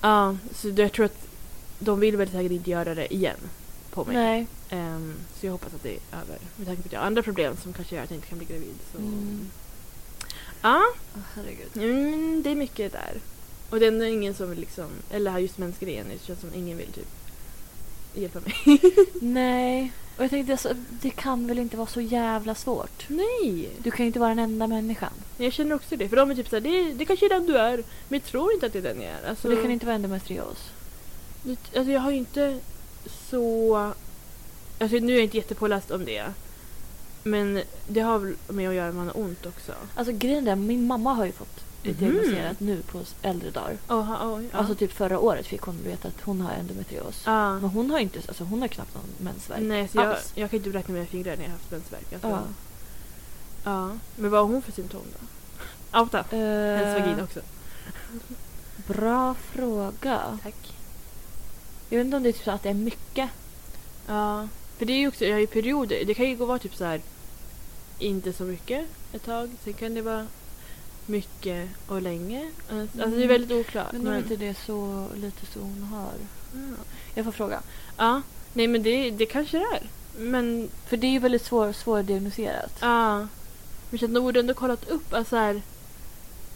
Speaker 1: Ja, så det- jag tror att de vill väl säkert inte göra det igen på mig.
Speaker 2: Nej.
Speaker 1: Ehm, så jag hoppas att det är över. Med tanke på att jag har andra problem som kanske gör att jag inte kan bli gravid. Så.
Speaker 2: Mm.
Speaker 1: Ja,
Speaker 2: Åh, herregud.
Speaker 1: mm, det är mycket där. Och det är ändå ingen som vill liksom, eller har just mensgrejen, det känns som ingen vill typ hjälpa mig.
Speaker 2: Nej. Och jag tänkte alltså, det kan väl inte vara så jävla svårt?
Speaker 1: Nej!
Speaker 2: Du kan ju inte vara den enda människan.
Speaker 1: Jag känner också det, för de är typ såhär, det, det kanske är den du är, men jag tror inte att det är den jag är. Alltså,
Speaker 2: Så det kan inte vara endometrios.
Speaker 1: Det- Alltså jag har ju inte så... Alltså nu är jag inte jättepåläst om det. Men det har väl med att göra med att man har ont också.
Speaker 2: Alltså grejen är, min mamma har ju fått
Speaker 1: Mhm.
Speaker 2: diagnoserat nu på s- äldre dagar.
Speaker 1: Aha, oj, ja.
Speaker 2: Alltså typ förra året fick hon veta att hon har endometrios.
Speaker 1: ah.
Speaker 2: Men hon har ju inte, alltså hon har knappt någon mensvärk.
Speaker 1: Nej, så jag,
Speaker 2: alls.
Speaker 1: jag kan inte räkna mina fingrar när jag har haft mensvärk. Alltså.
Speaker 2: Ja.
Speaker 1: Ja. Men vad har hon för symptom då? Outa! Hennes
Speaker 2: Eh,
Speaker 1: vagina också.
Speaker 2: Bra fråga.
Speaker 1: Tack.
Speaker 2: Jag vet inte om det är typ så att det är mycket.
Speaker 1: Ja. För det är ju också, jag har ju perioder. Det kan ju gå vara typ så här inte så mycket ett tag. Sen kan det vara mycket och länge. Alltså det är
Speaker 2: Mm.
Speaker 1: väldigt oklart.
Speaker 2: Men om inte det är så lite så hon har.
Speaker 1: Ja.
Speaker 2: Jag får fråga.
Speaker 1: Ja, nej men det, det kanske det är. Men
Speaker 2: För det är ju väldigt svår, svårdiagnoserat.
Speaker 1: ja, men känns nog ändå kollat upp alltså här,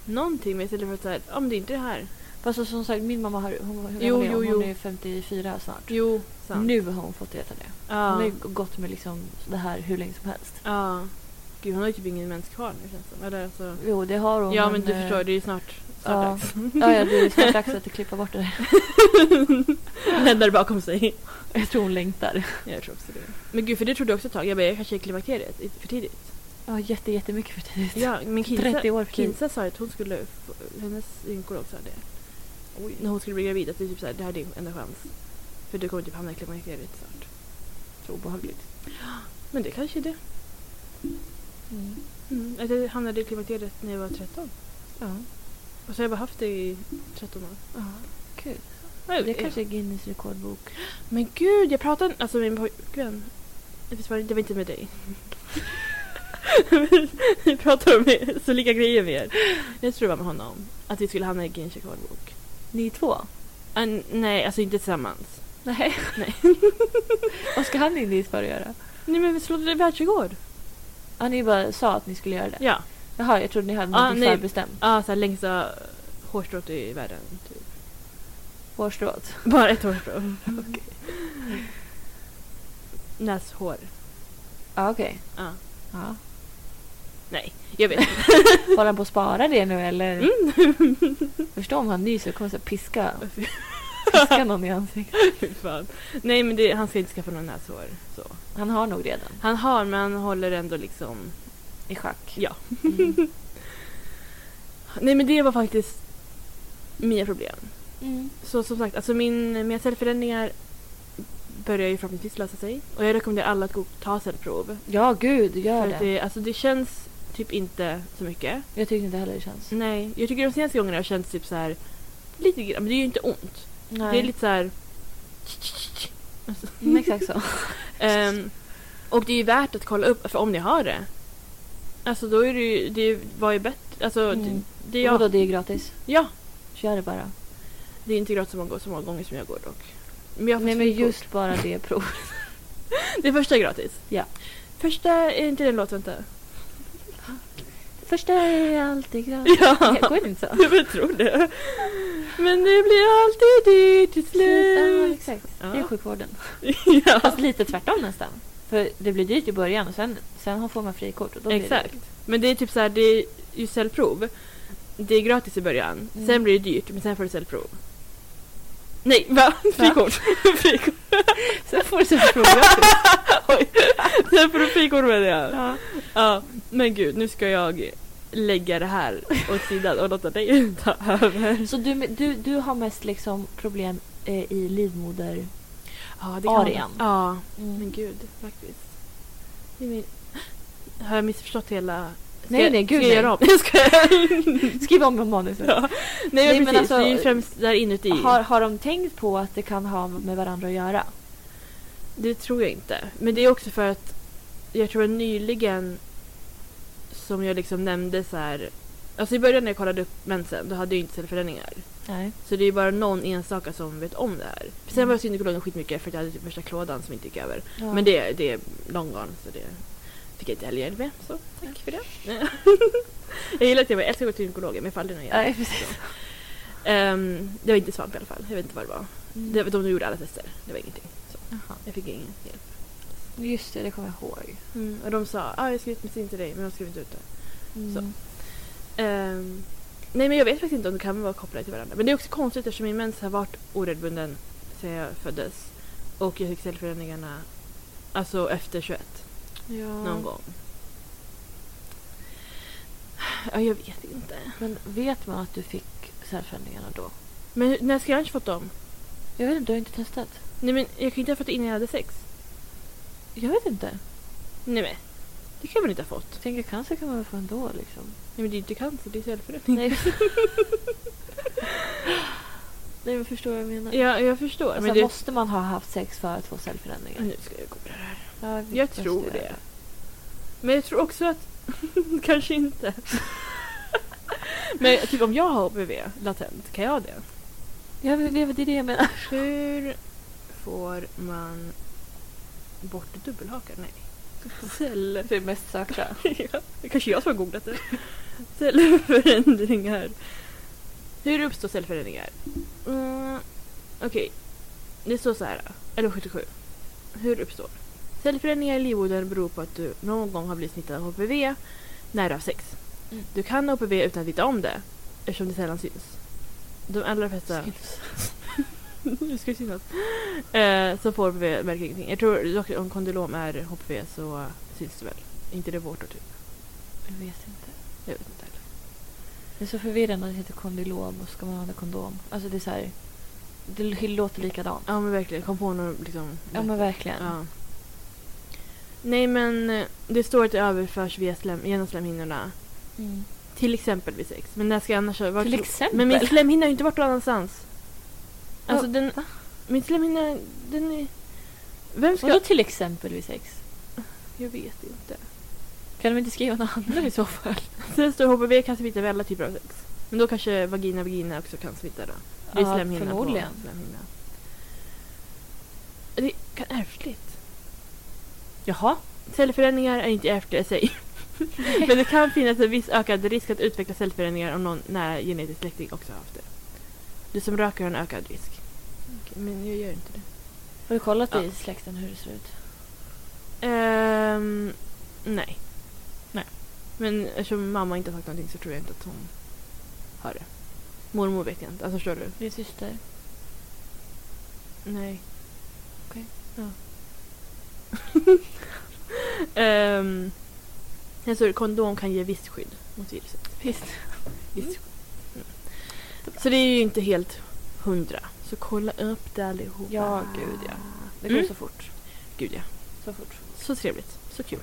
Speaker 1: någonting med istället för att så här, ja men det är inte det här.
Speaker 2: Fast alltså, som sagt min mamma har, hon, hur gammal
Speaker 1: Jo,
Speaker 2: är hon?
Speaker 1: jo,
Speaker 2: hon
Speaker 1: jo.
Speaker 2: är 54 snart.
Speaker 1: Jo, sant.
Speaker 2: Nu har hon fått veta det. Hon har
Speaker 1: Ja.
Speaker 2: ju gått med liksom det här hur länge som helst.
Speaker 1: ja. Gud hon har ju typ ingen mens kvar nu känns det som. Eller alltså.
Speaker 2: Jo det har hon.
Speaker 1: Ja men du
Speaker 2: eh,
Speaker 1: förstår, det är ju snart, snart
Speaker 2: ja.
Speaker 1: dags.
Speaker 2: Ja, ja det är snart dags att klippa bort det där.
Speaker 1: Lämnar bakom sig.
Speaker 2: Jag tror hon längtar.
Speaker 1: Jag tror också det. Men gud för det trodde jag också ett tag. Jag bara, jag kanske är klimakteriet i- för tidigt.
Speaker 2: Ja, jätte, jättemycket för tidigt.
Speaker 1: Ja, men Kinsa,
Speaker 2: 30 år för tidigt.
Speaker 1: Kinsa sa att hon skulle, få- hennes gynekolog sa det.
Speaker 2: Oj.
Speaker 1: När hon skulle bli gravid att det, är typ så här, det här är din enda chans. För du kommer typ hamna i klimakteriet snart.
Speaker 2: Så obehagligt.
Speaker 1: Men det kanske är det.
Speaker 2: Mm.
Speaker 1: Mm. Att jag hamnade i klimakteriet när jag var 13.
Speaker 2: Ja.
Speaker 1: Och så har jag bara haft det i 13 år.
Speaker 2: ja. Kul.
Speaker 1: Nej,
Speaker 2: Det kanske är Guinness rekordbok.
Speaker 1: Men gud, jag pratade... Alltså min pojkvän... Det var, det var inte med dig. vi pratade om så lika grejer med er. Jag tror det var med honom. Att vi skulle hamna i Guinness rekordbok.
Speaker 2: Ni två?
Speaker 1: Ah, n- nej, alltså inte tillsammans.
Speaker 2: Nej.
Speaker 1: Nej.
Speaker 2: Vad ska han in dit för att göra?
Speaker 1: Nej men vi slog det världsrekord.
Speaker 2: Ja, ni bara sa att ni skulle göra det?
Speaker 1: Ja.
Speaker 2: Jaha, jag trodde ni hade
Speaker 1: Ja,
Speaker 2: någonting
Speaker 1: nej.
Speaker 2: förbestämt.
Speaker 1: Ja, så här längsta hårstrået i världen. Typ.
Speaker 2: Hårstrået.
Speaker 1: Bara ett hårstrå. Näshår.
Speaker 2: Ja, okej.
Speaker 1: Ja.
Speaker 2: Ja.
Speaker 1: Nej, jag vet inte.
Speaker 2: Håller han på att spara det nu eller? Mm. Förstå om han nyser och kommer så här piska, piska någon i ansiktet.
Speaker 1: Fy fan. Nej men det, han ska inte skaffa några näshår. Så.
Speaker 2: Han har nog redan.
Speaker 1: Han har, men han håller ändå liksom...
Speaker 2: I schack.
Speaker 1: Ja.
Speaker 2: Mm.
Speaker 1: Nej men det var faktiskt mina problem.
Speaker 2: Mm.
Speaker 1: Så som sagt, alltså min, mina cellförändringar börjar ju förhoppningsvis lösa sig. Och jag rekommenderar alla att gå och ta cellprov.
Speaker 2: Ja, gud, gör
Speaker 1: För att
Speaker 2: det.
Speaker 1: det, alltså det känns typ inte så mycket.
Speaker 2: Jag tyckte inte heller det känns.
Speaker 1: Nej, jag tycker de senaste gångerna har känts typ så här lite grann, men det är ju inte ont.
Speaker 2: Nej.
Speaker 1: Det är lite så här...
Speaker 2: mm, exakt så.
Speaker 1: Ehm, och det är ju värt att kolla upp för om ni har det. Alltså då är det ju, det var ju bättre. Alltså, det,
Speaker 2: Mm.
Speaker 1: det,
Speaker 2: Ja. Vadå,
Speaker 1: jag,
Speaker 2: det är gratis?
Speaker 1: ja,
Speaker 2: Kör det bara.
Speaker 1: det är inte gratis så många, så många gånger som jag går dock. Men jag har
Speaker 2: Nej,
Speaker 1: fått
Speaker 2: men
Speaker 1: frikort.
Speaker 2: just bara det prov.
Speaker 1: Det första är gratis.
Speaker 2: Ja.
Speaker 1: Första, är inte den låten inte?
Speaker 2: Första är alltid gratis.
Speaker 1: Ja.
Speaker 2: Går det inte så?
Speaker 1: Jag tror det. Men det blir alltid det till
Speaker 2: Ja,
Speaker 1: slut.
Speaker 2: exakt.
Speaker 1: Ja.
Speaker 2: Det är sjukvården.
Speaker 1: Ja,
Speaker 2: Fast lite tvärtom nästan. För det blir dyrt i början och sen, sen får man frikort. Och då blir
Speaker 1: exakt.
Speaker 2: Det,
Speaker 1: Men det är typ så här, det är ju cellprov. Det är gratis i början.
Speaker 2: Mm.
Speaker 1: Sen blir det dyrt, men sen får du cellprov. Nej, va? Frikort. frikort.
Speaker 2: sen får du frikort gratis.
Speaker 1: Oj. Sen får du frikort med det.
Speaker 2: Ja.
Speaker 1: Ja. Men gud, nu ska jag lägga det här åt sidan och låta dig ta över.
Speaker 2: Så du, du, du har mest liksom problem eh, i livmoder...
Speaker 1: Ja, det
Speaker 2: kan
Speaker 1: Arian.
Speaker 2: man.
Speaker 1: Ja. Men
Speaker 2: Men-
Speaker 1: gud, faktiskt. Det är min... Har jag missförstått hela... Ska
Speaker 2: Nej,
Speaker 1: jag-
Speaker 2: nej, gud,
Speaker 1: Ska jag
Speaker 2: nej.
Speaker 1: göra om? Jag skojar.
Speaker 2: Skriv om om manuset.
Speaker 1: Ja. Nej, men
Speaker 2: men
Speaker 1: precis.
Speaker 2: alltså,
Speaker 1: det är ju främst där inuti.
Speaker 2: Har, har de tänkt på att det kan ha med varandra att göra?
Speaker 1: Det tror jag inte. Men det är också för att jag tror att nyligen som jag liksom nämnde så här... Alltså i början när jag kollade upp mensen, då hade jag ju inte cellförändringar.
Speaker 2: Nej.
Speaker 1: Så det är ju bara någon enstaka som vet om det här. Sen
Speaker 2: Mm.
Speaker 1: var jag hos gynekologen skitmycket för att jag hade typ värsta klådan som inte gick över. Men det, det är long gone så det fick jag inte heller hjälp med. Så tack för det. jag gillar att jag, bara, jag älskar att gå till gynekologen men jag får aldrig någon hjälp.
Speaker 2: Nej, precis.
Speaker 1: Ehm, det var inte svamp i alla fall. Jag vet inte vad det var.
Speaker 2: Mm.
Speaker 1: Det, var- de gjorde alla tester. Det var ingenting. Så
Speaker 2: Jaha.
Speaker 1: jag fick ingen hjälp.
Speaker 2: Just det, det kommer jag ihåg.
Speaker 1: Och de sa ah, jag har skrivit medicin till dig men de skrev inte ut det.
Speaker 2: Mm.
Speaker 1: Ehm, nej men jag vet faktiskt inte om de kan vara kopplade till varandra. Men det är också konstigt eftersom min mens har varit oregelbunden sedan jag föddes. Och jag fick cellförändringarna alltså efter 21.
Speaker 2: Ja.
Speaker 1: någon gång. Ja, jag vet inte.
Speaker 2: Men vet man att du fick särförändringarna då?
Speaker 1: Men hur- när ska jag annars fått dem?
Speaker 2: Jag vet inte, du har inte testat.
Speaker 1: Nej men jag kan inte ha fått det innan jag hade sex.
Speaker 2: Jag vet inte.
Speaker 1: Nej men. Det kan man inte ha fått.
Speaker 2: Jag tänker cancer kan man väl få ändå liksom.
Speaker 1: Nej men det är inte cancer, det är cellförändring.
Speaker 2: Nej. Nej men förstår vad jag menar.
Speaker 1: Ja, jag förstår.
Speaker 2: Alltså,
Speaker 1: men det...
Speaker 2: Måste man ha haft sex för att få cellförändringar?
Speaker 1: Nu ska jag googla det här.
Speaker 2: Ja, vi
Speaker 1: Jag
Speaker 2: måste
Speaker 1: tror
Speaker 2: göra
Speaker 1: det. Men jag tror också att... Kanske inte. men typ om jag har HPV latent, kan jag ha det?
Speaker 2: Ja, men det det är det jag menar.
Speaker 1: Hur får man bort dubbelhakan? Nej. Cell...
Speaker 2: Det är mest sökta.
Speaker 1: Ja, det kanske jag som har googlat det. Cellförändringar. Hur uppstår cellförändringar? Mm, Okej, det står så här. Eller 77. Hur uppstår? Cellförändringar i livmodern beror på att du någon gång har blivit smittad av HPV när du har sex.
Speaker 2: Mm.
Speaker 1: Du kan ha HPV utan att veta om det eftersom det sällan syns. De allra flesta nu ska det synas. Eh, så får vi märker ingenting. Jag tror dock om kondylom är HPV så syns det väl. Inte det vårt då, typ.
Speaker 2: Jag vet inte.
Speaker 1: Jag vet inte heller.
Speaker 2: Det är så förvirrande att det heter kondylom och ska man använda kondom. Alltså det är så här, det l- låter likadant.
Speaker 1: Ja men verkligen, jag kom på någon liksom...
Speaker 2: Mm. Ja men verkligen.
Speaker 1: Ja. Nej men eh, det står att det överförs via slem, genom slemhinnorna.
Speaker 2: Mm.
Speaker 1: Till exempel vid sex. Men när ska jag annars ha varit-
Speaker 2: Till exempel.
Speaker 1: Men min slemhinna har ju inte varit någon annanstans. Alltså
Speaker 2: Va-
Speaker 1: den...
Speaker 2: va?
Speaker 1: Min slemhinna, den är... Vem ska...
Speaker 2: Vadå till exempel vid sex?
Speaker 1: Jag vet inte.
Speaker 2: Kan de inte skriva något annat i så fall?
Speaker 1: Sen står HPV kan smitta vid alla typer av sex. Men då kanske vagina vagina också kan smitta då. Det är
Speaker 2: Ja,
Speaker 1: slemhinna
Speaker 2: förmodligen.
Speaker 1: på slemhinna. Det kan ärftligt.
Speaker 2: Jaha.
Speaker 1: Cellförändringar är inte ärftliga i sig. Men det kan finnas en viss ökad risk att utveckla cellförändringar om någon nära genetisk släkting också har haft det. Du som röker har en ökad risk. men jag gör inte det.
Speaker 2: Har du kollat
Speaker 1: Ja.
Speaker 2: i släkten hur det ser ut?
Speaker 1: Ehm, nej.
Speaker 2: Nej.
Speaker 1: Men eftersom mamma inte har sagt någonting så tror jag inte att hon har det. Mormor vet jag inte. Alltså förstår du?
Speaker 2: Din syster?
Speaker 1: Nej.
Speaker 2: Okej.
Speaker 1: Ja. Ehm, jag tror kondom kan ge visst skydd mot viruset.
Speaker 2: Visst.
Speaker 1: Visst skydd. Mm. Så det är ju inte helt hundra. Så kolla upp det allihopa.
Speaker 2: Ja, gud, ja. Ah. Det går
Speaker 1: Mm.
Speaker 2: så fort.
Speaker 1: Gud ja.
Speaker 2: Så fort.
Speaker 1: Så trevligt. Så kul.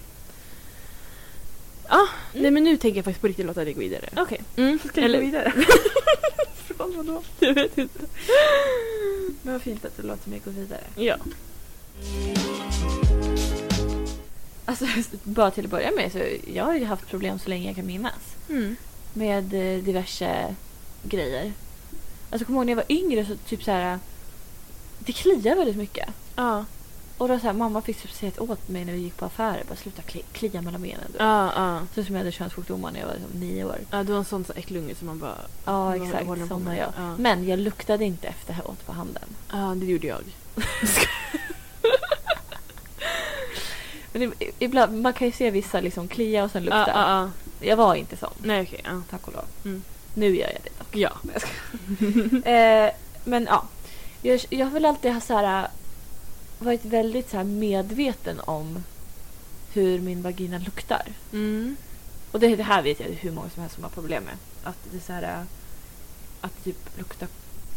Speaker 1: Ja,
Speaker 2: Mm.
Speaker 1: nej men nu tänker jag faktiskt på riktigt låta det gå vidare.
Speaker 2: Okej.
Speaker 1: Mm. Eller,
Speaker 2: vidare? Från vadå?
Speaker 1: jag vet inte.
Speaker 2: Men vad fint att du låter mig gå vidare.
Speaker 1: Ja.
Speaker 2: Alltså, bara till att börja med så jag har ju haft problem så länge jag kan minnas.
Speaker 1: Mm.
Speaker 2: Med eh, diverse grejer. Alltså kommer ihåg när jag var yngre så typ så här. Det kliar väldigt mycket.
Speaker 1: Ja.
Speaker 2: Och då så här, mamma fick typ säga ett åt mig när vi gick på affärer. Bara sluta kli, klia mellan benen. du."
Speaker 1: Ja, ja.
Speaker 2: Så som jag hade könssjukdomar när jag var liksom, nio år.
Speaker 1: Ja, du har en sån så här äcklig unge som man bara...
Speaker 2: Ja
Speaker 1: vad
Speaker 2: exakt,
Speaker 1: håller de på
Speaker 2: sån har
Speaker 1: med?
Speaker 2: jag.
Speaker 1: Ja.
Speaker 2: Men jag luktade inte efteråt på handen.
Speaker 1: Ja, det gjorde jag.
Speaker 2: Men i- i- ibland, man kan ju se vissa liksom klia och sen lukta.
Speaker 1: Ja, ja, ja.
Speaker 2: Jag var inte sån,
Speaker 1: Ah, Nej, okej. ja.
Speaker 2: tack och lov.
Speaker 1: Mm.
Speaker 2: Nu gör jag det dock.
Speaker 1: Ja.
Speaker 2: Eh, men ja, jag, jag har väl alltid ha så här, eh, varit väldigt så här medveten om hur min vagina luktar.
Speaker 1: Mm.
Speaker 2: Och det, det här vet jag hur många som helst som har problem med. Att det är så här, eh, att det typ luktar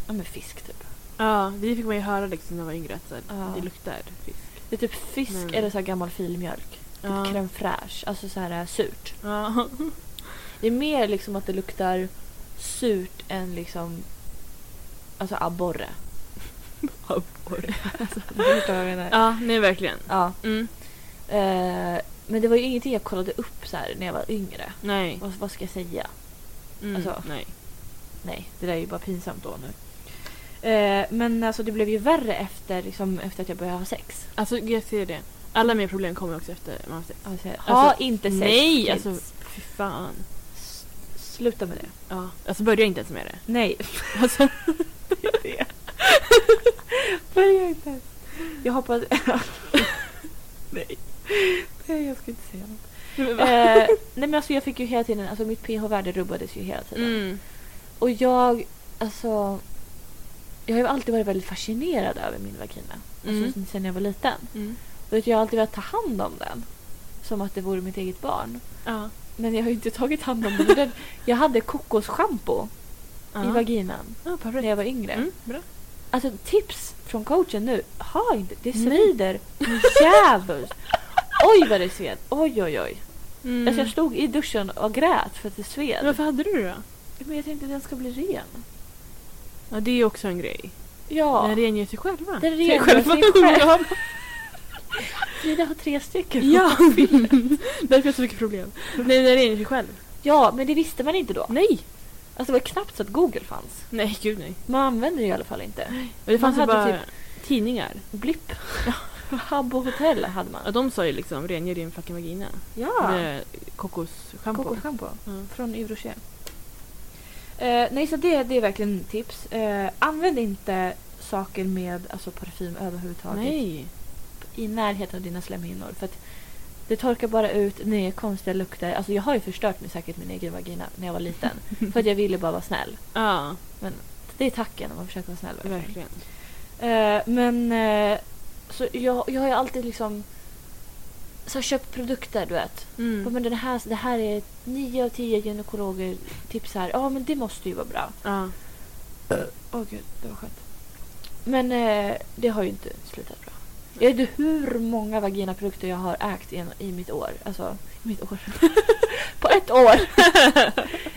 Speaker 2: ja, men fisk typ.
Speaker 1: Ja, det fick man ju höra liksom när jag var yngre att så här,
Speaker 2: Ja.
Speaker 1: det luktar fisk.
Speaker 2: Det är typ fisk
Speaker 1: Men-
Speaker 2: eller så här gammal filmjölk. Typ
Speaker 1: Mm. Ja.
Speaker 2: crème fraîche, alltså så här surt.
Speaker 1: Ja.
Speaker 2: Det är mer liksom att det luktar surt än liksom alltså abborre.
Speaker 1: Abborre.
Speaker 2: Alltså, du förstår vad jag menar. Ja.
Speaker 1: Ja, nej verkligen. Mm.
Speaker 2: Eh, men det var ju ingenting jag kollade upp så här när jag var yngre.
Speaker 1: Nej.
Speaker 2: Vad, vad ska jag säga?
Speaker 1: Mm.
Speaker 2: Alltså.
Speaker 1: Nej.
Speaker 2: Nej, det där är ju bara pinsamt då nu. Eh, men alltså det blev ju värre efter, liksom, efter att jag började ha sex.
Speaker 1: Alltså, jag ser det. Alla mina problem kommer också efter man har sex.
Speaker 2: Alltså, ha
Speaker 1: Alltså,
Speaker 2: inte sex
Speaker 1: Nej,
Speaker 2: kids.
Speaker 1: alltså fy fan.
Speaker 2: S- Sluta med det.
Speaker 1: Ja, alltså börja inte ens med det.
Speaker 2: Nej.
Speaker 1: Alltså,
Speaker 2: Börja inte ens. Jag hoppas... Nej. Nej, jag ska inte säga något. Eh, nej men alltså jag fick ju hela tiden, alltså mitt pH-värde rubbades ju hela tiden.
Speaker 1: mm.
Speaker 2: Och jag, alltså... Jag har ju alltid varit väldigt fascinerad över min vagina.
Speaker 1: Mm.
Speaker 2: Alltså sen jag var liten.
Speaker 1: Mm.
Speaker 2: Och att jag har alltid velat ta hand om den. Som att det vore mitt eget barn.
Speaker 1: Ja.
Speaker 2: Men jag har ju inte tagit hand om den. För den jag hade kokosschampo i
Speaker 1: Ja.
Speaker 2: vaginan
Speaker 1: Ja,
Speaker 2: när
Speaker 1: perfekt.
Speaker 2: jag var yngre.
Speaker 1: Mm, bra.
Speaker 2: Alltså tips från coachen nu. Ha inte, det
Speaker 1: Nej.
Speaker 2: svider. Djävulskt. Oj vad det sved. Oj oj oj.
Speaker 1: Mm.
Speaker 2: Alltså jag stod i duschen och grät för att det sved.
Speaker 1: Men Varför hade du det då?
Speaker 2: Men jag tänkte att den ska bli ren.
Speaker 1: Ja, det är ju också en grej.
Speaker 2: Ja.
Speaker 1: Den rengör sig själva.
Speaker 2: Den rengör sig själv. Frida har tre stycken.
Speaker 1: Ja, därför har jag så mycket problem. Nej, den rengör sig själv.
Speaker 2: ja, men det visste man inte då.
Speaker 1: Nej!
Speaker 2: Alltså det var knappt så att Google fanns.
Speaker 1: Nej, gud nej.
Speaker 2: Man använde det i alla fall inte.
Speaker 1: Och det
Speaker 2: Man
Speaker 1: fanns ju
Speaker 2: hade typ
Speaker 1: bara tidningar.
Speaker 2: Blipp. Habbo hotell hade man.
Speaker 1: Och de sa ju liksom rengör din fucking vagina.
Speaker 2: Ja.
Speaker 1: Med kokosschampo.
Speaker 2: Kokosschampo.
Speaker 1: Ja.
Speaker 2: Från Eurocher. Eh, nej, så det, det är verkligen tips. Eh, använd inte saker med alltså, parfym överhuvudtaget
Speaker 1: Nej.
Speaker 2: i närheten av dina slemhinnor. För att det torkar bara ut nya konstiga lukter. Alltså, jag har ju förstört mig säkert min egen vagina när jag var liten. för att jag ville bara vara snäll.
Speaker 1: Ja,
Speaker 2: Det är tacken om man försöker vara snäll.
Speaker 1: verkligen.
Speaker 2: Eh, men eh, så jag, jag har ju alltid liksom så köp produkter, du vet.
Speaker 1: Mm.
Speaker 2: Men det, här, det här är 9 av 10 gynekologer tipsar. Ja, men det måste ju vara bra.
Speaker 1: Ja.
Speaker 2: Åh gud, det var skönt. Men eh, det har ju inte slutat bra. Jag vet inte hur många vaginaprodukter jag har ägt i, en, i mitt år. Alltså, i mitt år. På ett år!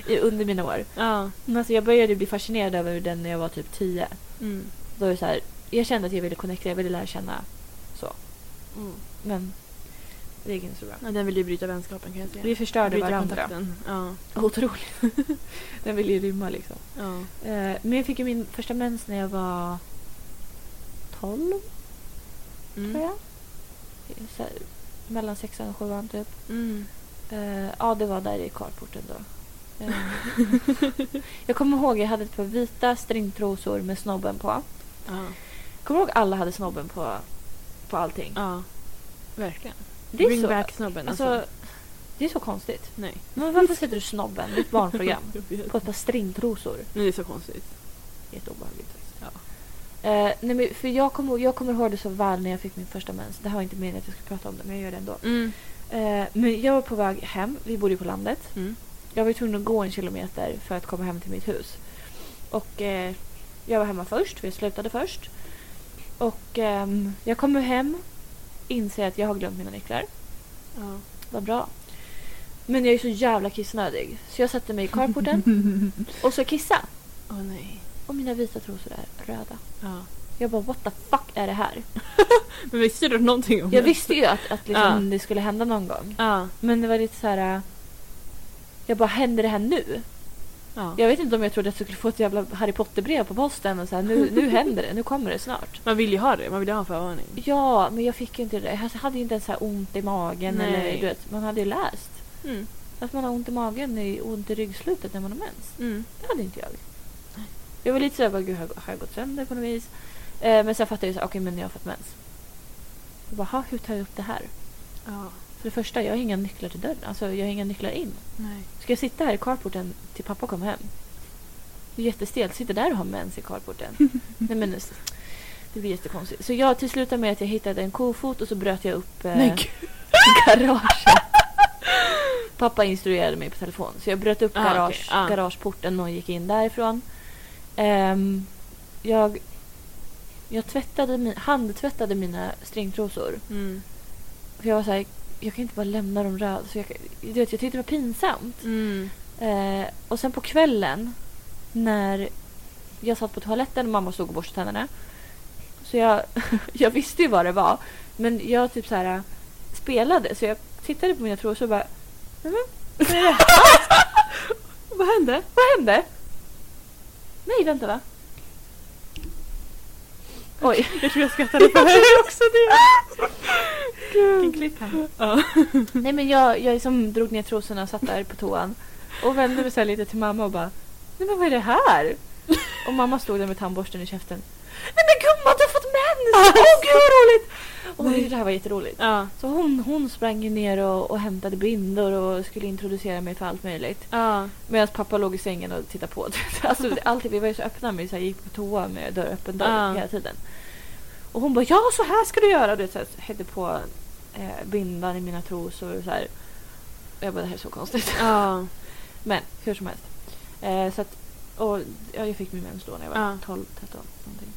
Speaker 2: I, under mina år.
Speaker 1: Ja.
Speaker 2: Men alltså, jag började bli fascinerad över den när jag var typ 10.
Speaker 1: Mm.
Speaker 2: Då var det så här, jag kände att jag ville connecta, jag ville lära känna. Mm. Men det gick inte så bra.
Speaker 1: Ja, den vill ju bryta vänskapen kan jag säga.
Speaker 2: Vi förstörde
Speaker 1: Bryta
Speaker 2: varandra.
Speaker 1: kontakten. Ja.
Speaker 2: Otroligt. den ville ju rymma liksom.
Speaker 1: ja.
Speaker 2: Eh, men jag fick ju min första mens när jag var 12, tror
Speaker 1: Mm.
Speaker 2: jag. Så här, mellan sexan och sjuan typ.
Speaker 1: Mm.
Speaker 2: Eh, ja, det var där i carporten då. Eh, jag kommer ihåg jag hade ett par vita stringtrosor med snobben på.
Speaker 1: Ja.
Speaker 2: Kommer ihåg alla hade snobben på, på allting?
Speaker 1: ja. Verkligen.
Speaker 2: det, är
Speaker 1: Bring
Speaker 2: så,
Speaker 1: back snobben alltså.
Speaker 2: alltså, det är så konstigt.
Speaker 1: Nej.
Speaker 2: Men varför sätter du snobben, ditt barnprogram,
Speaker 1: Jag vet.
Speaker 2: på ett par stringtrosor?
Speaker 1: Men det är så konstigt.
Speaker 2: Jätteobehagligt faktiskt.
Speaker 1: Ja.
Speaker 2: Eh, nej, men för jag, kommer, jag kommer ihåg det så väl när jag fick min första mens. Det här var inte meningen att jag skulle prata om det, men jag gör det ändå.
Speaker 1: Mm.
Speaker 2: Eh, men jag var på väg hem. Vi bodde ju på landet.
Speaker 1: Mm.
Speaker 2: Jag var ju tvungen att gå en kilometer för att komma hem till mitt hus. Och eh, jag var hemma först, för jag slutade först. Och ehm, jag kommer hem, inser att jag har glömt mina nycklar.
Speaker 1: Ja.
Speaker 2: Vad bra. Men jag är så jävla kissnödig. Så jag sätter mig i carporten och så kissa.
Speaker 1: Åh nej.
Speaker 2: Och mina vita trosor är röda.
Speaker 1: Ja.
Speaker 2: Jag bara what the fuck är det här?
Speaker 1: Men visste du någonting om
Speaker 2: Jag
Speaker 1: det?
Speaker 2: visste ju att, att liksom,
Speaker 1: Ja.
Speaker 2: det skulle hända någon gång.
Speaker 1: Ja.
Speaker 2: Men det var lite så här. äh, Jag bara, händer det här nu?
Speaker 1: ja.
Speaker 2: Jag vet inte om jag trodde att jag skulle få ett jävla Harry Potter-brev på posten och så här, nu, nu händer det, nu kommer det snart.
Speaker 1: Man vill ju ha det. Man vill ju ha en förvarning.
Speaker 2: Ja, men jag fick ju inte det. Jag hade ju inte ens så här ont i magen
Speaker 1: Nej.
Speaker 2: eller du vet, man hade ju läst.
Speaker 1: Mm.
Speaker 2: Att man har ont i magen är ont i ryggslutet när man har mens.
Speaker 1: Mm.
Speaker 2: Det hade inte jag. Jag var lite såhär, bara, gud har jag, har jag gått sönder på något vis? Eh, men sen fattade jag ju så här, okej men jag har fått mens. Jag bara, "Ha, hur tar jag upp det här?
Speaker 1: Ja.
Speaker 2: För det första, jag har inga nycklar till dörren. Alltså jag har inga nycklar in.
Speaker 1: Nej.
Speaker 2: Ska jag sitta här i carporten till pappa kommer hem? Det är jättestelt. Sitta där och ha mens i carporten. Nej, men det- det blir jättekonstigt. Så jag till slut med att jag hittade en kofot och så bröt jag upp eh,
Speaker 1: Nej gud.
Speaker 2: garaget. pappa instruerade mig på telefon. Så jag bröt upp
Speaker 1: Ah,
Speaker 2: garage,
Speaker 1: okej, ah.
Speaker 2: garageporten och gick in därifrån. Ehm, jag jag tvättade min, handtvättade mina stringtrosor.
Speaker 1: Mm.
Speaker 2: För jag var så här, jag kan inte bara lämna dem röda. Så jag, kan- du vet, jag tyckte det var pinsamt.
Speaker 1: Mm.
Speaker 2: Eh, och sen på kvällen när jag satt på toaletten och mamma stod och borstade tänderna. Så jag, jag visste ju vad det var. Men jag typ så här spelade så jag tittade på mina trosor och bara "Mhm, vad är det?
Speaker 1: Vad hände?
Speaker 2: Vad hände? Nej vänta va? Oj.
Speaker 1: Jag tror jag skrattade för högt. också det. Vilken cliffhanger. Ja.
Speaker 2: Nej men jag, jag liksom drog ner trosorna och satt där på toan. Och vände mig så här lite till mamma och bara Nej men vad är det här? Och mamma stod där med tandborsten i käften. Nej men gumman du har fått mens! Åh gud vad roligt!
Speaker 1: Nej.
Speaker 2: Oj det här var jätteroligt.
Speaker 1: Ja.
Speaker 2: Så hon, hon sprang ju ner och, och hämtade bindor och skulle introducera mig för allt möjligt.
Speaker 1: Ja.
Speaker 2: Medan pappa låg i sängen och tittade på. Alltså, alltid, vi var ju så öppna med så här, gick på toa med dörr öppen dörr
Speaker 1: Ja.
Speaker 2: hela tiden. Och hon bara ja så här ska du göra. Du vet, så här, hällde på eh, bindan i mina trosor och så här. Och jag bara det här är så konstigt.
Speaker 1: Ja.
Speaker 2: Men hur som helst. Eh, så att, och, ja, jag fick min mens då när jag var
Speaker 1: Ja.
Speaker 2: 12, 13 någonting.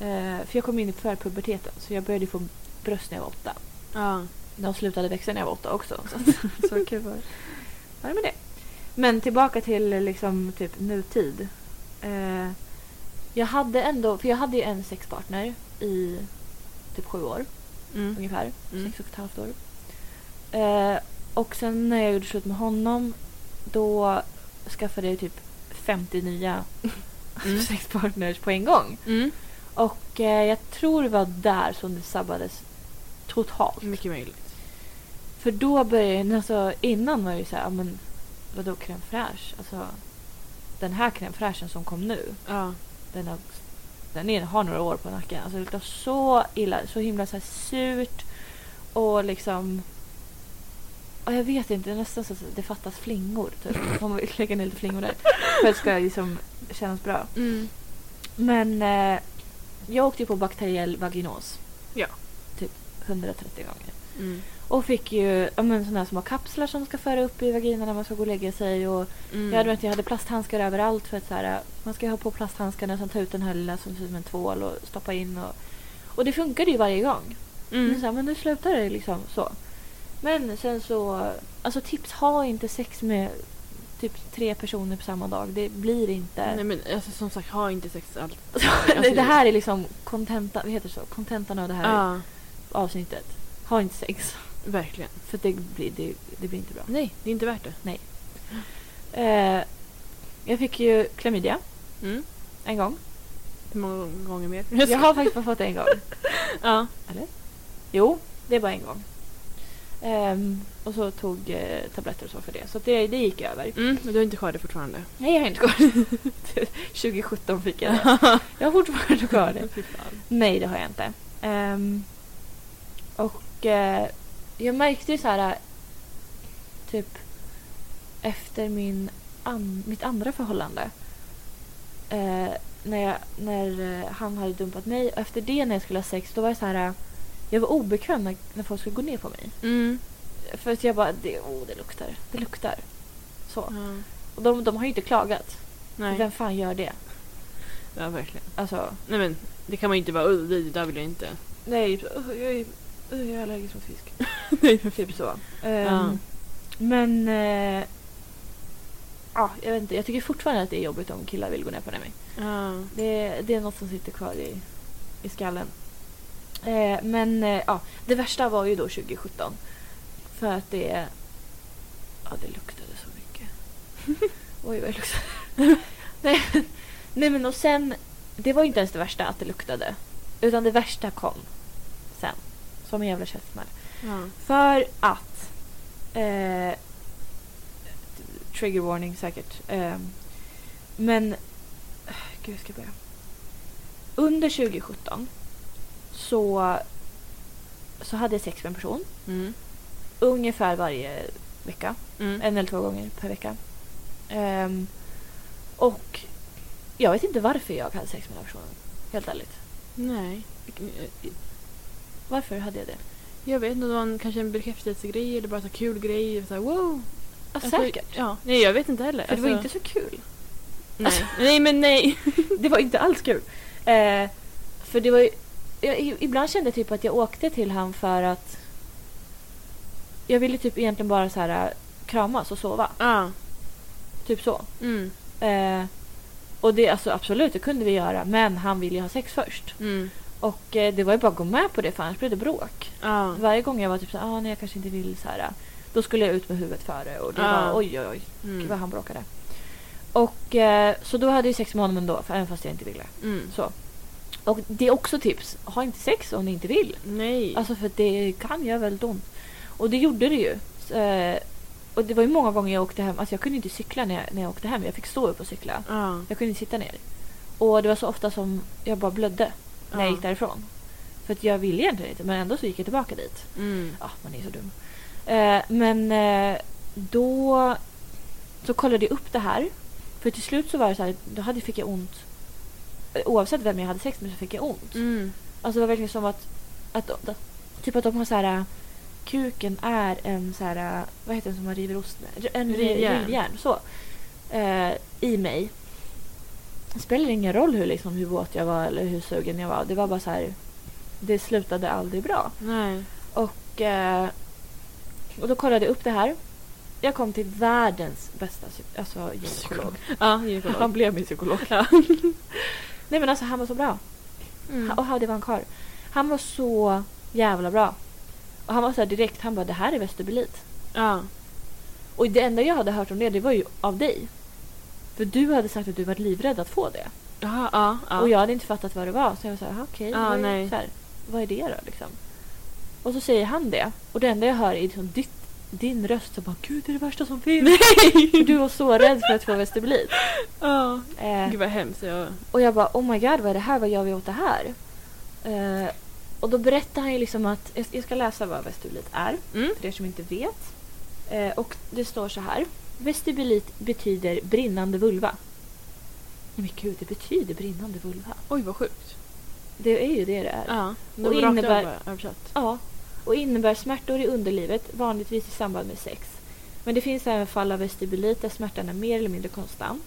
Speaker 2: Eh, för jag kom in i förpuberteten så jag började få bröst när jag var åtta.
Speaker 1: Ja.
Speaker 2: De slutade växa när jag var åtta också. Så, att- så kul var det. Var det med det. Men tillbaka till liksom typ nutid. Eh, jag hade ändå, för jag hade ju en sexpartner i typ sju år
Speaker 1: Mm.
Speaker 2: ungefär.
Speaker 1: Mm.
Speaker 2: Sex och ett halvt år. Eh, och sen när jag gjorde slut med honom då skaffade jag typ 50 nya
Speaker 1: Mm.
Speaker 2: sexpartners på en gång.
Speaker 1: Mm.
Speaker 2: Och eh, jag tror det var där som det sabbades totalt.
Speaker 1: Mycket möjligt.
Speaker 2: För då började alltså innan var det ju så här, ja, men vadå crème fraîche? Alltså den här crème fraîchen som kom nu,
Speaker 1: Ja.
Speaker 2: den, har, den är, har några år på nacken. Alltså det luktar så illa, så himla så här surt och liksom ja, jag vet inte, det är nästan så att det fattas flingor. Typ. Man vill lägga ner lite flingor där för att det ska liksom kännas bra.
Speaker 1: Mm.
Speaker 2: Men eh, jag åkte ju på bakteriell vaginos.
Speaker 1: Ja.
Speaker 2: Typ 130 gånger.
Speaker 1: Mm.
Speaker 2: Och fick ju ja, men, såna här små kapslar som man ska föra upp i vaginan när man ska gå och lägga sig. Och
Speaker 1: Mm.
Speaker 2: Jag hade märkt att jag hade plasthandskar överallt för att så här, man ska ju ha på plasthandskarna och sen ta ut den här lilla som ser ut som en tvål och stoppa in. Och, och det funkade ju varje gång.
Speaker 1: Mm.
Speaker 2: Men, så här, men nu slutar det liksom så. Men sen så, alltså tips, ha inte sex med typ tre personer på samma dag. Det blir inte.
Speaker 1: Nej men alltså, som sagt, ha inte sex allt.
Speaker 2: det, det här är liksom kontenta, vad heter det så? kontentan av det här
Speaker 1: Ja,
Speaker 2: avsnittet. Ha inte sex.
Speaker 1: verkligen.
Speaker 2: För det blir, det, det blir inte bra.
Speaker 1: Nej, det är inte värt det.
Speaker 2: Eh, jag fick ju klamydia
Speaker 1: Mm.
Speaker 2: en gång.
Speaker 1: Hur många gånger mer?
Speaker 2: Jag har faktiskt bara fått det en gång.
Speaker 1: Ja.
Speaker 2: Jo, det är bara en gång. Ehm, och så tog eh, tabletter och så för det. Så att det, det gick över.
Speaker 1: Mm, men du har inte kvar det fortfarande.
Speaker 2: Nej, jag har inte kvar det. 2017 fick jag det. Jag har fortfarande kvar det.
Speaker 1: Fy fan.
Speaker 2: Nej, det har jag inte. Ehm, och eh, jag märkte ju så här eh, typ efter min an- mitt andra förhållande. Eh, när jag, när eh, han hade dumpat mig och efter det när jag skulle ha sex då var jag så här eh, jag var obekväm när, när folk skulle gå ner på mig.
Speaker 1: Mm.
Speaker 2: För att jag bara, det, oh, det luktar, det luktar. Så.
Speaker 1: Ja.
Speaker 2: Och de, de har ju inte klagat.
Speaker 1: Nej.
Speaker 2: Vem fan gör det?
Speaker 1: Ja, verkligen.
Speaker 2: Alltså,
Speaker 1: Nej men, det kan man ju inte bara, "Oj, det där vill jag inte.
Speaker 2: nej, jag är, jag är allergisk mot fisk.
Speaker 1: Nej, för
Speaker 2: Typ så.
Speaker 1: Ja.
Speaker 2: Ehm, Men... eh, ja, jag vet inte. Jag tycker fortfarande att det är jobbigt om killar vill gå ner på mig.
Speaker 1: Ja.
Speaker 2: Det, det är något som sitter kvar i, i skallen. Eh, men eh, ja, det värsta var ju då 2017. För att det... Ja, det luktade så mycket. Oj, vad det luktade. Nej, men- Nej, men och sen... Det var ju inte ens det värsta att det luktade. Utan det värsta kom sen. Som en jävla käftsmäll.
Speaker 1: Ja.
Speaker 2: För att... Eh, trigger warning säkert. Eh, men... Gud, jag ska börja. Under 2017 så, så hade jag sex med en person.
Speaker 1: Mm.
Speaker 2: Ungefär varje vecka.
Speaker 1: Mm.
Speaker 2: En eller två gånger per vecka. Ehm, och jag vet inte varför jag hade sex med den här personen. Helt ärligt.
Speaker 1: Nej.
Speaker 2: Varför hade jag det?
Speaker 1: Jag vet inte om det var en, kanske en bekräftelsegrej eller bara så kul grej. Så här, wow.
Speaker 2: Ja,
Speaker 1: Alltså,
Speaker 2: säkert.
Speaker 1: Ja. Nej, jag vet inte heller.
Speaker 2: För det var Alltså.
Speaker 1: Alltså,
Speaker 2: inte så kul.
Speaker 1: Nej. nej, men nej.
Speaker 2: Det var inte alls kul. Eh, för det var ju, jag, i- Ibland kände jag typ att jag åkte till han för att jag ville typ egentligen bara så här eh, kramas och sova.
Speaker 1: Ja.
Speaker 2: Typ så.
Speaker 1: Mm.
Speaker 2: Eh, och det alltså absolut, det kunde vi göra. Men han ville ju ha sex först.
Speaker 1: Mm.
Speaker 2: Och eh, det var ju bara att gå med på det för annars blev det bråk.
Speaker 1: Ja.
Speaker 2: Varje gång jag var typ så här, ah, nej jag kanske inte vill så här. eh, Då skulle jag ut med huvudet före och det
Speaker 1: Ja.
Speaker 2: var oj oj oj
Speaker 1: Mm.
Speaker 2: vad han bråkade. Och eh, så då hade jag sex med honom ändå, för- även fast jag inte ville.
Speaker 1: Mm.
Speaker 2: Så. Och det är också tips. Ha inte sex om ni inte vill.
Speaker 1: Nej.
Speaker 2: Alltså för det kan göra väldigt ont. Och det gjorde det ju. Så, eh, och det var ju många gånger jag åkte hem. Alltså jag kunde inte cykla när jag, när jag åkte hem. Jag fick stå upp och cykla.
Speaker 1: ja.
Speaker 2: Jag kunde inte sitta ner. Och det var så ofta som jag bara blödde när jag
Speaker 1: Ja.
Speaker 2: gick därifrån. För att jag ville egentligen inte men ändå så gick jag tillbaka dit.
Speaker 1: Mm.
Speaker 2: Ja, man är så dum. Eh, men eh, då så kollade jag upp det här. För till slut så var det så här, då hade, fick jag ont. Eh, Oavsett vem jag hade sex med så fick jag ont.
Speaker 1: Mm.
Speaker 2: Alltså det var verkligen som att, att, att typ att de har så här eh, kuken är en så här eh, vad heter det som man river ost med? R- En
Speaker 1: Rivjärn.
Speaker 2: rivjärn. så. Eh, I mig. Det spelar ingen roll hur, liksom, hur våt jag var eller hur sugen jag var. Det var bara så här, det slutade aldrig bra.
Speaker 1: Nej.
Speaker 2: Och, eh, och då kollade jag upp det här. Jag kom till världens bästa psy- alltså, gynekolog.
Speaker 1: Ja, gynekolog.
Speaker 2: Han blev min psykolog.
Speaker 1: Ja.
Speaker 2: Nej men alltså han var så bra.
Speaker 1: Mm.
Speaker 2: Och det var en karl. Han var så jävla bra. Och han var så här direkt, han bara det här är vestibulit.
Speaker 1: Ja.
Speaker 2: Och det enda jag hade hört om det, det var ju av dig. För du hade sagt att du var livrädd att få det.
Speaker 1: Ja, ja, ja.
Speaker 2: Och jag hade inte fattat vad det var. Så jag var så här, "Aha, okej,
Speaker 1: Ja,
Speaker 2: vad är-
Speaker 1: nej.
Speaker 2: så här, vad är det då liksom? Och så säger han det. Och det enda jag hör är liksom ditt, din röst som bara gud det är det värsta som finns. För du var så rädd för att få vestibulit.
Speaker 1: Ja.
Speaker 2: Eh,
Speaker 1: Gud vad hemskt. Jag...
Speaker 2: Och jag bara oh my god vad är det här? Vad gör vi åt det här? Eh, och då berättar han ju liksom att, jag- jag ska läsa vad vestibulit är
Speaker 1: Mm.
Speaker 2: för er som inte vet. Eh, och det står så här. Vestibulit betyder brinnande vulva. Nej men gud, det betyder brinnande vulva.
Speaker 1: Oj, vad sjukt.
Speaker 2: Det är ju det det är.
Speaker 1: Ja.
Speaker 2: Och
Speaker 1: Och innebär...
Speaker 2: innebär-
Speaker 1: Bara, översatt.
Speaker 2: Ja. och innebär smärtor i underlivet, vanligtvis i samband med sex. Men det finns även fall av vestibulit där smärtan är mer eller mindre konstant.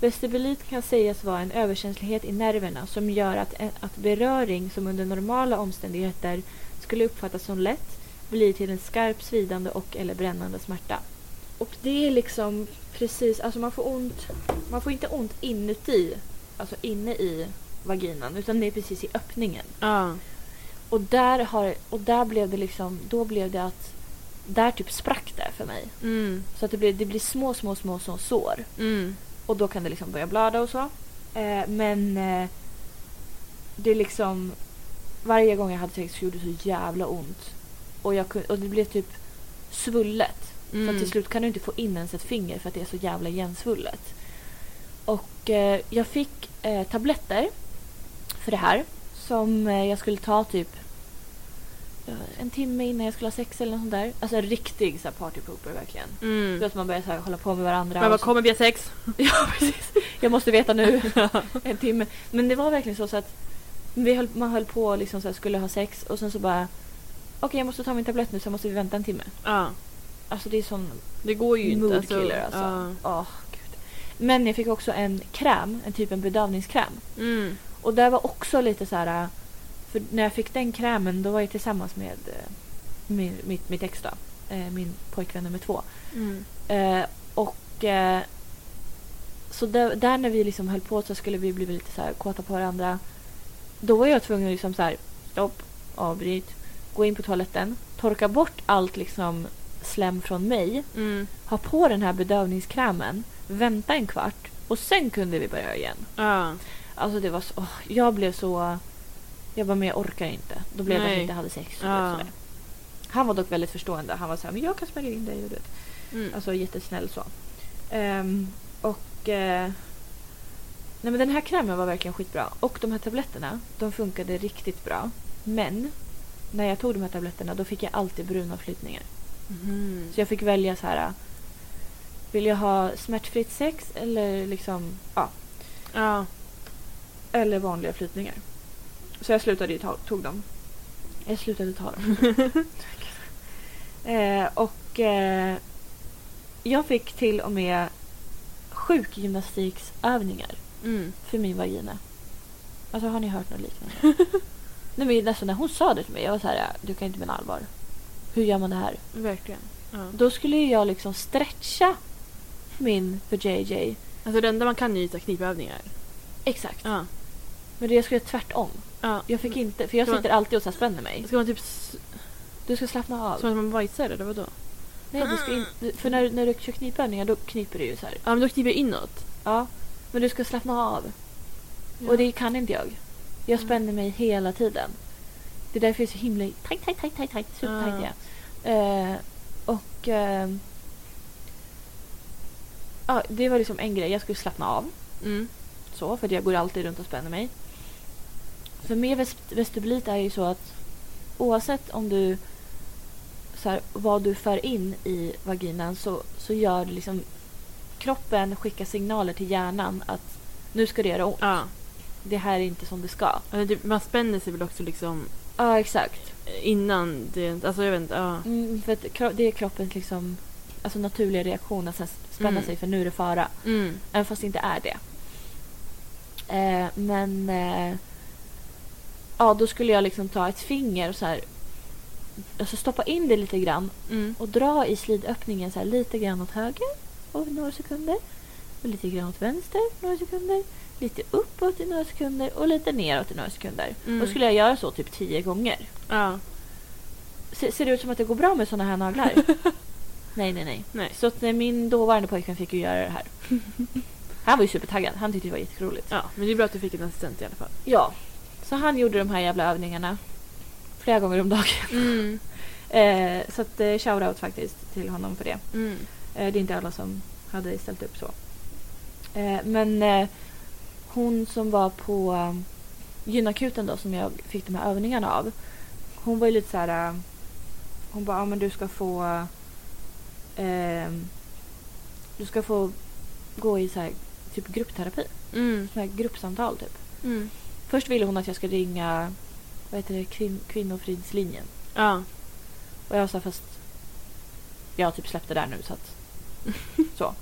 Speaker 2: Vestibulit kan sägas vara en överkänslighet i nerverna som gör att, att beröring som under normala omständigheter skulle uppfattas som lätt blir till en skarp svidande och eller brännande smärta. Och det är liksom precis, alltså man får ont, man får inte ont inuti, alltså inne i vaginan utan det är precis i öppningen.
Speaker 1: Ja.
Speaker 2: Och där, har, och där blev det liksom, då blev det att, där typ sprack det för mig.
Speaker 1: Mm.
Speaker 2: Så att det blir, det blir små, små, små, små sår.
Speaker 1: Mm.
Speaker 2: Och då kan det liksom börja blöda och så. Eh, men eh, det är liksom... Varje gång jag hade sex så gjorde det så jävla ont. Och, jag kunde, och det blev typ svullet. Så att
Speaker 1: Mm.
Speaker 2: till slut kan du inte få in ens ett finger för att det är så jävla igensvullet. Och eh, jag fick eh, tabletter för det här. Som eh, jag skulle ta typ eh, en timme innan jag skulle ha sex eller något sånt där. Alltså en riktig så här party pooper verkligen. Du
Speaker 1: Mm.
Speaker 2: vet man börjar så här, hålla på med varandra.
Speaker 1: Man bara,
Speaker 2: och så-
Speaker 1: kommer vi ha sex?
Speaker 2: Ja, precis. Jag måste veta nu. en timme. Men det var verkligen så, så att vi höll, man höll på och liksom så här, skulle ha sex och sen så bara okej jag måste ta min tablett nu så måste vi vänta en timme.
Speaker 1: Ja.
Speaker 2: Alltså det är sån
Speaker 1: Det går ju inte.
Speaker 2: moodkiller alltså.
Speaker 1: Ja.
Speaker 2: Åh, gud. Men jag fick också en kräm, en typ en bedövningskräm.
Speaker 1: Mm.
Speaker 2: Och där var också lite så här äh, för när jag fick den krämen då var jag tillsammans med äh, min, mitt, mitt ex då. Äh, Min pojkvän nummer två.
Speaker 1: Mm.
Speaker 2: Eh, och eh, så där, där när vi liksom höll på så skulle vi bli lite så här kåta på varandra. Då var jag tvungen att liksom så här stopp, avbryt, gå in på toaletten, torka bort allt liksom slem från mig,
Speaker 1: Mm.
Speaker 2: ha på den här bedövningskrämen, vänta en kvart och sen kunde vi börja igen.
Speaker 1: Ja.
Speaker 2: Alltså det var så, åh, jag blev så, jag bara men jag orkar inte. Då blev det att
Speaker 1: Nej.
Speaker 2: jag inte hade sex. och
Speaker 1: Ja.
Speaker 2: sådär. Han var dock väldigt förstående. Han var så här, men jag kan smörja in dig och du vet.
Speaker 1: Mm.
Speaker 2: Alltså jättesnäll så. Ehm, och... eh, nej men den här krämen var verkligen skitbra. Och de här tabletterna, de funkade riktigt bra. Men när jag tog de här tabletterna då fick jag alltid bruna flytningar.
Speaker 1: Mhm.
Speaker 2: Så jag fick välja så här. Vill jag ha smärtfritt sex eller liksom... Ja,
Speaker 1: Ja.
Speaker 2: eller vanliga flytningar. Så jag slutade ju ta tog dem. Jag slutade ta dem. eh, och eh, jag fick till och med sjukgymnastiksövningar
Speaker 1: Mm.
Speaker 2: för min vagina. Alltså har ni hört något liknande? Nej men nästan när hon sa det till mig, jag var så här, du kan inte mena allvar. Hur gör man det här?
Speaker 1: Verkligen. Ja.
Speaker 2: Då skulle ju jag liksom stretcha min för JJ.
Speaker 1: Alltså det enda man kan är ju ta knipövningar.
Speaker 2: Exakt.
Speaker 1: Ja.
Speaker 2: Men det jag skulle göra tvärtom.
Speaker 1: Ja.
Speaker 2: Jag fick inte, för jag
Speaker 1: Det var-
Speaker 2: sitter alltid och så här spänner mig.
Speaker 1: Ska man typ s-
Speaker 2: Du ska slappna av.
Speaker 1: som att man bajsar eller vadå?
Speaker 2: Nej, du ska in, du- för när, när du kör knipövningar då kniper du ju så här.
Speaker 1: Ja men då kniper jag inåt.
Speaker 2: Ja. Men du ska slappna av.
Speaker 1: Ja.
Speaker 2: Och det kan inte jag. Jag spänner mig hela tiden. Det är därför jag är så himla tajt, tajt, tajt, tajt, tajt. Supertajt
Speaker 1: Ja.
Speaker 2: är jag. Eh, och... eh, ja, det var liksom en grej. Jag skulle slappna av.
Speaker 1: Mm.
Speaker 2: Så, för att jag går alltid runt och spänner mig. För med vest- vestibulit är ju så att oavsett om du så här, vad du för in i vaginan så, så gör det liksom kroppen skickar signaler till hjärnan att nu ska det göra ont.
Speaker 1: Ja.
Speaker 2: Det här är inte som det ska.
Speaker 1: Alltså, typ, man spänner sig väl också liksom
Speaker 2: Ja, exakt.
Speaker 1: innan det... Alltså jag vet inte. Ja.
Speaker 2: Mm, för att kro- det är kroppens liksom, alltså naturliga reaktion att så här spänna
Speaker 1: Mm.
Speaker 2: sig för nu är det fara.
Speaker 1: Mm.
Speaker 2: Även fast det inte är det. Eh, men... Eh, ja, då skulle jag liksom ta ett finger och så här... Alltså stoppa in det lite grann
Speaker 1: Mm.
Speaker 2: och dra i slidöppningen så här lite grann åt höger och några sekunder. Och lite grann åt vänster några sekunder. Lite uppåt i några sekunder och lite neråt i några sekunder.
Speaker 1: Mm.
Speaker 2: Då skulle jag göra så typ tio gånger.
Speaker 1: Ja.
Speaker 2: Se, ser det ut som att det går bra med såna här naglar? nej, nej, nej.
Speaker 1: Nej.
Speaker 2: Så att när min dåvarande pojkvän fick ju göra det här. Han var ju supertaggad. Han tyckte det var jätteroligt.
Speaker 1: Ja, men det är bra att du fick en assistent i alla fall.
Speaker 2: Ja. Så han gjorde de här jävla övningarna. Flera gånger om dagen.
Speaker 1: Mm.
Speaker 2: Eh, så att eh, shoutout faktiskt till honom för det.
Speaker 1: Mm.
Speaker 2: Eh, det är inte alla som hade ställt upp så. Eh, men eh, hon som var på eh, gynakuten då som jag fick de här övningarna av. Hon var ju lite så här. eh, Hon bara, ja men du ska få. Eh, du ska få gå i så här, typ gruppterapi.
Speaker 1: Mm.
Speaker 2: Så här gruppsamtal typ.
Speaker 1: Mm.
Speaker 2: Först ville hon att jag ska ringa vad heter det, kvin- kvinnofridslinjen.
Speaker 1: Ja.
Speaker 2: Och jag sa fast jag har typ släppt det där nu så att så.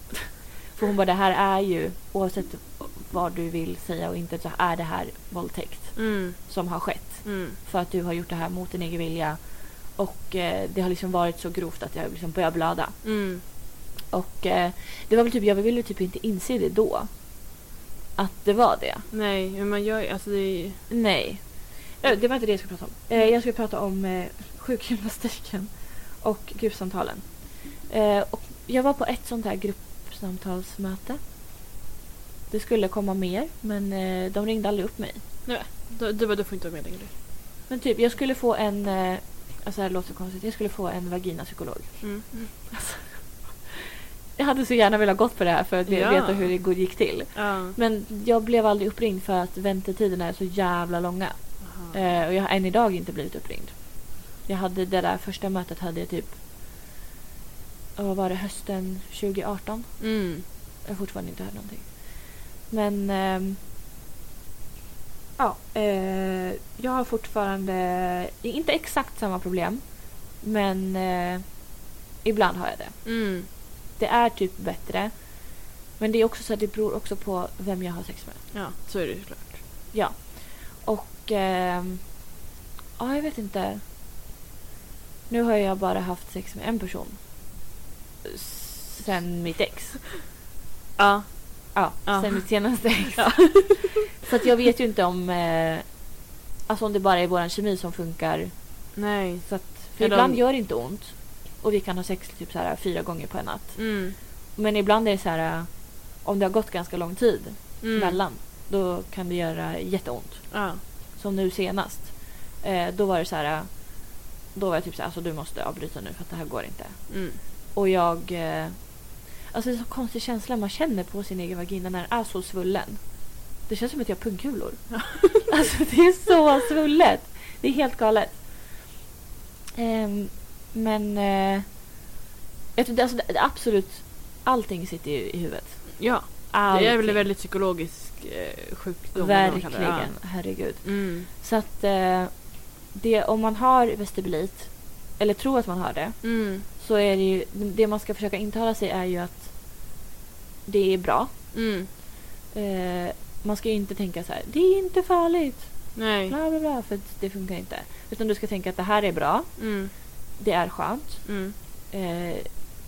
Speaker 2: För hon bara det här är ju oavsett vad du vill säga och inte så är det här våldtäkt
Speaker 1: Mm.
Speaker 2: som har skett.
Speaker 1: Mm.
Speaker 2: För att du har gjort det här mot din egen vilja och eh, det har liksom varit så grovt att jag liksom börjar blöda.
Speaker 1: Mm.
Speaker 2: Och eh, det var väl typ, jag ville typ inte inse det då. Att det var det.
Speaker 1: Nej, men man gör ju... Alltså det är ju...
Speaker 2: Nej. Eh, Det var inte det jag skulle prata om. Eh, Jag skulle prata om eh, sjukgymnastiken och gruppsamtalen. Eh, Och jag var på ett sånt här gruppsamtalsmöte. Det skulle komma mer, men eh, de ringde aldrig upp mig.
Speaker 1: Du, du, bara, du får inte vara med längre.
Speaker 2: Men typ, jag skulle få en... eh, Alltså det här låter konstigt. Jag skulle få en vaginapsykolog. Alltså,
Speaker 1: Mm.
Speaker 2: Jag hade så gärna velat gått på det här för att ve-
Speaker 1: Ja.
Speaker 2: veta hur det går- gick till.
Speaker 1: Ja.
Speaker 2: Men jag blev aldrig uppringd för att väntetiderna är så jävla långa.
Speaker 1: Aha.
Speaker 2: Eh, och jag har än idag inte blivit uppringd. Jag hade det där första mötet hade jag typ... ja, Vad var det? Hösten 2018?
Speaker 1: Mm.
Speaker 2: Jag har fortfarande inte hört någonting. Men... ehm, ja. eh, jag har fortfarande... Inte exakt samma problem. Men eh, ibland har jag det.
Speaker 1: Mm.
Speaker 2: Det är typ bättre. Men det är också så att det beror också på vem jag har sex med.
Speaker 1: Ja, så är det ju såklart.
Speaker 2: Och... ehm, ja, jag vet inte. Nu har jag bara haft sex med en person. S- Sen mitt ex.
Speaker 1: Ja.
Speaker 2: Ja,
Speaker 1: Ja.
Speaker 2: sen mitt senaste ex. Så att jag vet ju inte om... Eh, alltså om det bara är våran kemi som funkar.
Speaker 1: Nej.
Speaker 2: Så att, för
Speaker 1: Eller
Speaker 2: ibland
Speaker 1: om-
Speaker 2: gör det inte ont. Och vi kan ha sex typ så här fyra gånger på en natt.
Speaker 1: Mm.
Speaker 2: Men ibland är det så här... eh, Om det har gått ganska lång tid
Speaker 1: Mm.
Speaker 2: mellan. Då kan det göra jätteont.
Speaker 1: Ja.
Speaker 2: Som nu senast. Eh, då var det så här. Då var jag typ så här, alltså du måste avbryta nu för att det här går inte.
Speaker 1: Mm.
Speaker 2: Och jag... Eh, alltså det är så konstig känsla man känner på sin egen vagina när den är så svullen. Det känns som att jag har pungkulor. alltså det är så svullet. Det är helt galet. Ehm, men... Eh, jag tror, det- alltså, det, absolut, allting sitter ju i huvudet.
Speaker 1: Ja. Det är väl
Speaker 2: Allting.
Speaker 1: en väldigt psykologisk eh, sjukdom. eller vad man kallar det.
Speaker 2: Verkligen, herregud.
Speaker 1: Ja. Mm.
Speaker 2: Så att eh, det, om man har vestibulit, eller tror att man har det,
Speaker 1: Mm.
Speaker 2: så är det ju, det man ska försöka intala sig är ju att det är bra.
Speaker 1: Mm.
Speaker 2: Eh, man ska ju inte tänka så här, det är inte farligt,
Speaker 1: Nej.
Speaker 2: bla bla bla, för att det funkar inte. Utan du ska tänka att det här är bra,
Speaker 1: Mm.
Speaker 2: det är skönt,
Speaker 1: Mm.
Speaker 2: eh,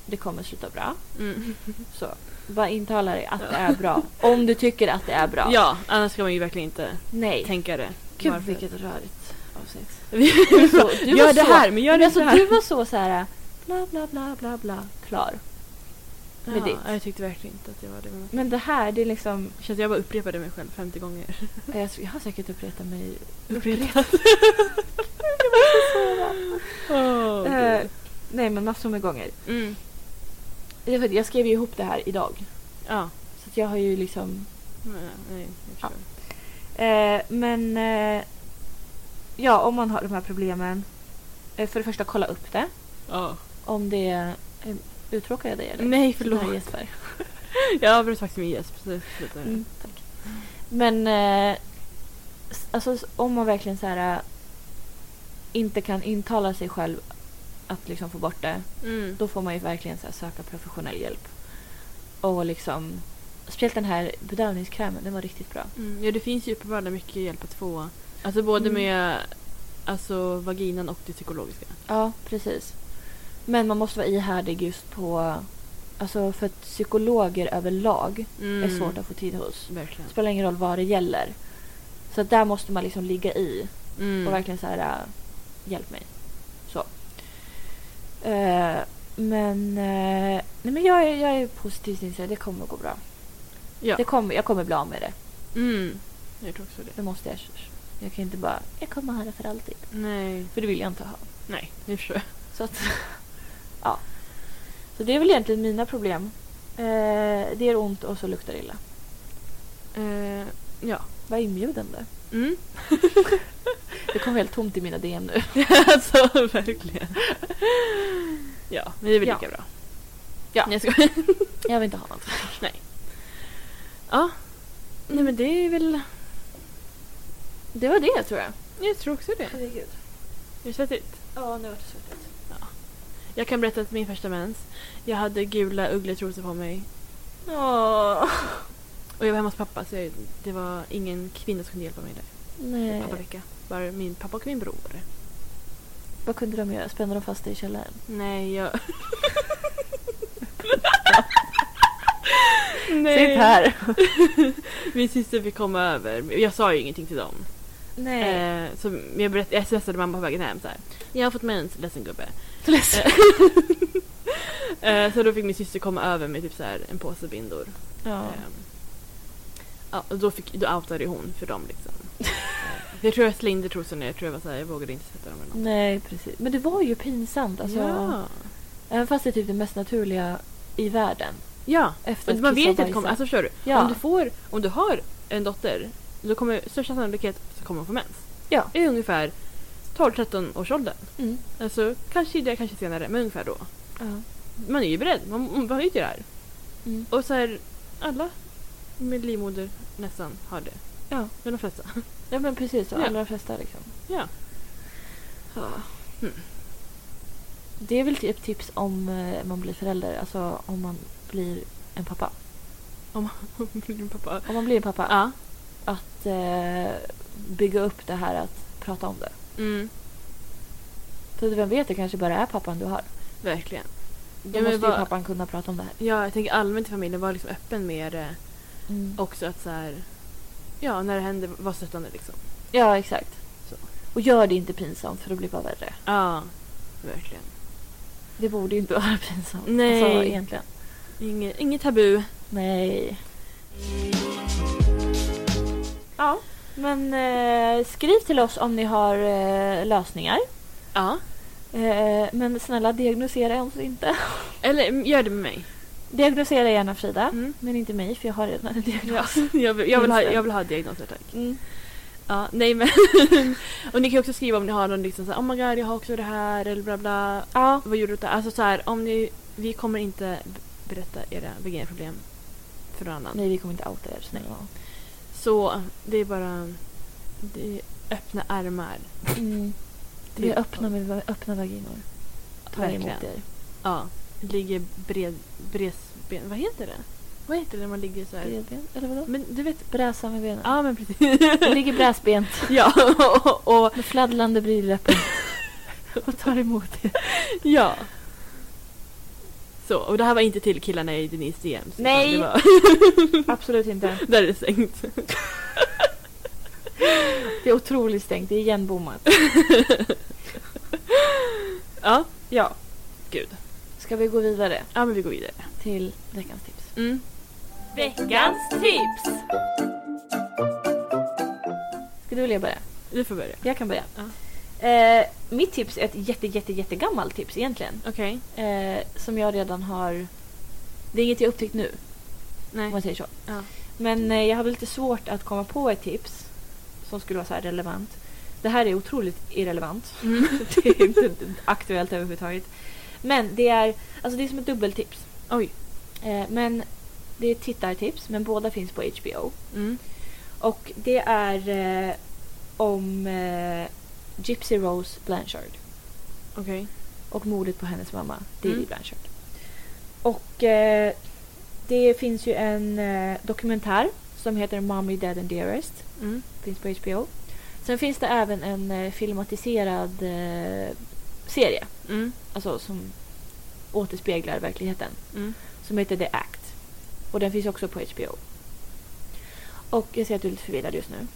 Speaker 2: det kommer sluta bra.
Speaker 1: Mm.
Speaker 2: Så bara intala dig att det är bra, om du tycker att det är bra.
Speaker 1: Ja, annars ska man ju verkligen inte
Speaker 2: Nej.
Speaker 1: tänka det.
Speaker 2: Gud
Speaker 1: Varför?
Speaker 2: vilket rörigt avsnitt.
Speaker 1: Vi-
Speaker 2: Så, du var
Speaker 1: gör det
Speaker 2: så-
Speaker 1: här, men gör
Speaker 2: Men
Speaker 1: det
Speaker 2: alltså,
Speaker 1: så här.
Speaker 2: du var så så här bla bla bla bla bla klar. med
Speaker 1: ja,
Speaker 2: ditt.
Speaker 1: Jag tyckte verkligen inte att jag var det. Men...
Speaker 2: Men det här det är liksom, eh,
Speaker 1: Känns att jag bara upprepade mig själv 50 gånger.
Speaker 2: jag, jag har säkert upprepat mig.
Speaker 1: Upprepat. oh,
Speaker 2: Eh,
Speaker 1: gud.
Speaker 2: nej men massor med gånger.
Speaker 1: mm.
Speaker 2: Det är för att Jag skrev ju ihop det här idag.
Speaker 1: Ja,
Speaker 2: Så att jag har ju liksom,
Speaker 1: men, nej, jag
Speaker 2: Ja.
Speaker 1: förstår.
Speaker 2: eh, men eh, ja om man har de här problemen. Eh, för det första kolla upp det.
Speaker 1: Ja.
Speaker 2: Om det, eh, uttråkar jag dig eller?
Speaker 1: Nej, förlåt.
Speaker 2: Nej, Jesper.
Speaker 1: Jag avbröt faktiskt min gäsp. så det slutar jag.
Speaker 2: Mm, tack. Men eh, s- alltså, s- om man verkligen så här, eh, inte kan intala sig själv att liksom få bort det,
Speaker 1: Mm.
Speaker 2: då får man ju verkligen så här, söka professionell hjälp. Och liksom, speciellt den här bedövningskrämen, den var riktigt bra.
Speaker 1: Mm. Ja, det finns ju uppenbarligen mycket hjälp att få. Alltså både
Speaker 2: Mm.
Speaker 1: med alltså, vaginan och det psykologiska.
Speaker 2: Ja, precis. Men man måste vara ihärdig just på, alltså för att psykologer överlag
Speaker 1: Mm.
Speaker 2: är svårt att få tid hos.
Speaker 1: Verkligen.
Speaker 2: Det spelar ingen roll vad det gäller. Så att där måste man liksom ligga i.
Speaker 1: Mm.
Speaker 2: Och verkligen så här, äh, hjälp mig. Så. Eh, men eh, nej men jag, är- jag är positivt inställd. Det kommer att gå bra.
Speaker 1: Ja.
Speaker 2: Det kommer, jag kommer bli av med det.
Speaker 1: Mm. Jag tror också det.
Speaker 2: Det måste jag. Jag kan inte bara, jag kommer ha det för alltid.
Speaker 1: Nej,
Speaker 2: För det vill jag inte ha.
Speaker 1: nej, nu förstår jag.
Speaker 2: Så att, ja. Så det är väl egentligen mina problem. Eh, det gör ont och så luktar det illa.
Speaker 1: Eh, ja.
Speaker 2: Vad inbjudande.
Speaker 1: Mm.
Speaker 2: Det kom helt tomt i mina DM nu.
Speaker 1: alltså, verkligen. Ja, men det är väl
Speaker 2: Ja.
Speaker 1: lika bra.
Speaker 2: Ja.
Speaker 1: Nej, jag skojar.
Speaker 2: Jag vill inte ha något.
Speaker 1: Ja. Nej, men det är väl...
Speaker 2: Det var det tror jag.
Speaker 1: Jag tror också det.
Speaker 2: Herregud.
Speaker 1: Är det svettigt?
Speaker 2: Ja, nu vart det svettigt.
Speaker 1: Jag kan berätta att min första mens, jag hade gula uggletrosor på mig.
Speaker 2: Åh.
Speaker 1: Och jag var hemma hos pappa så jag, det var ingen kvinna som kunde hjälpa mig där.
Speaker 2: Nej.
Speaker 1: Pappavecka. Bara min pappa och min bror.
Speaker 2: Vad kunde de göra? Spände de fast dig i källaren?
Speaker 1: Nej, jag...
Speaker 2: Sitt här!
Speaker 1: Min syster fick komma över. Jag sa ju ingenting till dem.
Speaker 2: Nej.
Speaker 1: Eh, så jag, berätt, jag smsade mamma på vägen hem så här. Jag har fått mens, ledsen gubbe.
Speaker 2: Ledsen.
Speaker 1: Eh, så då fick min syster komma över med typ så här en påse bindor.
Speaker 2: Ja.
Speaker 1: Ehm, Ja, och då, fick, då outade ju hon för dem liksom. Eh, jag tror jag slängde trosorna, jag tror jag var såhär, jag vågade inte sätta dem eller något.
Speaker 2: Nej, precis. Men det var ju pinsamt. Alltså,
Speaker 1: ja.
Speaker 2: Även fast det är typ det mest naturliga i världen.
Speaker 1: ja.
Speaker 2: Efter
Speaker 1: Men man vet
Speaker 2: kissa
Speaker 1: ju
Speaker 2: och
Speaker 1: att det kommer,
Speaker 2: bajsa.
Speaker 1: alltså förstår du?
Speaker 2: Ja.
Speaker 1: Om, du får, om du har en dotter, då kommer största sannolikhet så kommer hon få mens.
Speaker 2: Ja.
Speaker 1: I ungefär 12-13 års ålder.
Speaker 2: Mm.
Speaker 1: Alltså kanske tidigare, kanske senare, men ungefär då.
Speaker 2: Ja.
Speaker 1: Man är ju beredd, man, man vet ju det här.
Speaker 2: Mm.
Speaker 1: Och så här, alla med livmoder nästan har det.
Speaker 2: Ja.
Speaker 1: Men de flesta.
Speaker 2: ja, men precis. Och
Speaker 1: Ja.
Speaker 2: allra flesta liksom.
Speaker 1: Ja.
Speaker 2: Det är väl typ ett tips om eh, man blir förälder. Alltså om man blir en pappa.
Speaker 1: Min pappa.
Speaker 2: Om man blir en pappa.
Speaker 1: Ja.
Speaker 2: Att eh, bygga upp det här att prata om det.
Speaker 1: Mm,
Speaker 2: För vem vet, det kanske bara är pappan du har.
Speaker 1: verkligen.
Speaker 2: Då
Speaker 1: Ja, men
Speaker 2: måste ju
Speaker 1: vad-
Speaker 2: pappan kunna prata om det här.
Speaker 1: Ja, jag tänker allmänt i familjen, var liksom öppen med det.
Speaker 2: Mm.
Speaker 1: Också att så här, ja, när det händer, var stöttande liksom.
Speaker 2: Ja, exakt.
Speaker 1: Så.
Speaker 2: Och gör det inte pinsamt för då blir det bara värre.
Speaker 1: Ja, verkligen.
Speaker 2: Det borde ju inte vara pinsamt.
Speaker 1: Nej.
Speaker 2: Alltså, egentligen.
Speaker 1: Inget, inget tabu.
Speaker 2: Nej. Ja, men eh, skriv till oss om ni har eh, lösningar.
Speaker 1: Ja.
Speaker 2: Eh, men snälla, diagnosera oss inte.
Speaker 1: Eller mm, gör det med mig.
Speaker 2: diagnosera gärna Frida,
Speaker 1: Mm.
Speaker 2: men inte mig för jag har redan en
Speaker 1: Ja,
Speaker 2: diagnos.
Speaker 1: jag, vill, jag, vill ha,
Speaker 2: Finns det?
Speaker 1: jag vill ha diagnoser tack.
Speaker 2: Mm.
Speaker 1: Ja, nej men. och ni kan ju också skriva om ni har någon liksom så här, oh my god jag har också det här eller bla bla.
Speaker 2: Ja,
Speaker 1: Vad gjorde du åt det? Alltså så här, om ni, vi kommer inte b- berätta era VGN-problem för någon annan.
Speaker 2: nej vi kommer inte outa er. snälla.
Speaker 1: Så det är bara det är öppna armar.
Speaker 2: Mm. Vi är öppna med öppna vaginor. Tar emot
Speaker 1: Verkligen.
Speaker 2: er.
Speaker 1: Ja. Ligger bred, bredsben, vad heter det? Vad heter det när man ligger så här?
Speaker 2: Bredben, eller vadå?
Speaker 1: Men du vet,
Speaker 2: Bräsa Mm. med benen.
Speaker 1: ja men precis.
Speaker 2: Det ligger bräsbent
Speaker 1: ja, och, och
Speaker 2: med fladdrande bryllöpen och tar emot er.
Speaker 1: Ja. Så, och det här var inte till killarna i Denise DMs. utan
Speaker 2: Nej.
Speaker 1: Det var,
Speaker 2: Absolut inte.
Speaker 1: där är det sänkt.
Speaker 2: Det är otroligt stängt. Det är igenbommat.
Speaker 1: Ja,
Speaker 2: Ja.
Speaker 1: gud.
Speaker 2: Ska vi gå vidare
Speaker 1: Ja, men vi går vidare.
Speaker 2: till veckans tips?
Speaker 1: Mm.
Speaker 2: Veckans tips! Ska du vilja börja?
Speaker 1: Du får börja.
Speaker 2: Jag kan börja.
Speaker 1: Ja.
Speaker 2: Eh, mitt tips är ett jätte, jätte, jättegammalt tips egentligen.
Speaker 1: Okej.
Speaker 2: Eh, som jag redan har... Det är inget jag upptäckt nu, om man
Speaker 1: Nej.
Speaker 2: säger så.
Speaker 1: Ja.
Speaker 2: Men eh, jag hade lite svårt att komma på ett tips som skulle vara så här relevant. Det här är otroligt irrelevant.
Speaker 1: Mm.
Speaker 2: det är inte aktuellt överhuvudtaget. Men det är, alltså det är som ett dubbeltips.
Speaker 1: Oj.
Speaker 2: Eh, men det är ett tittartips, men båda finns på HBO.
Speaker 1: Mm.
Speaker 2: Och det är eh, om eh, Gypsy Rose Blanchard
Speaker 1: Okej.
Speaker 2: och mordet på hennes mamma Didi
Speaker 1: Mm.
Speaker 2: Blanchard. Och eh, det finns ju en eh, dokumentär som heter Mommy, Dead and Dearest.
Speaker 1: Mm.
Speaker 2: Finns på HBO. Sen finns det även en eh, filmatiserad eh, serie.
Speaker 1: Mm.
Speaker 2: Alltså som återspeglar verkligheten.
Speaker 1: Mm.
Speaker 2: Som heter The Act. Och den finns också på HBO. Och jag ser att du är lite förvirrad just nu.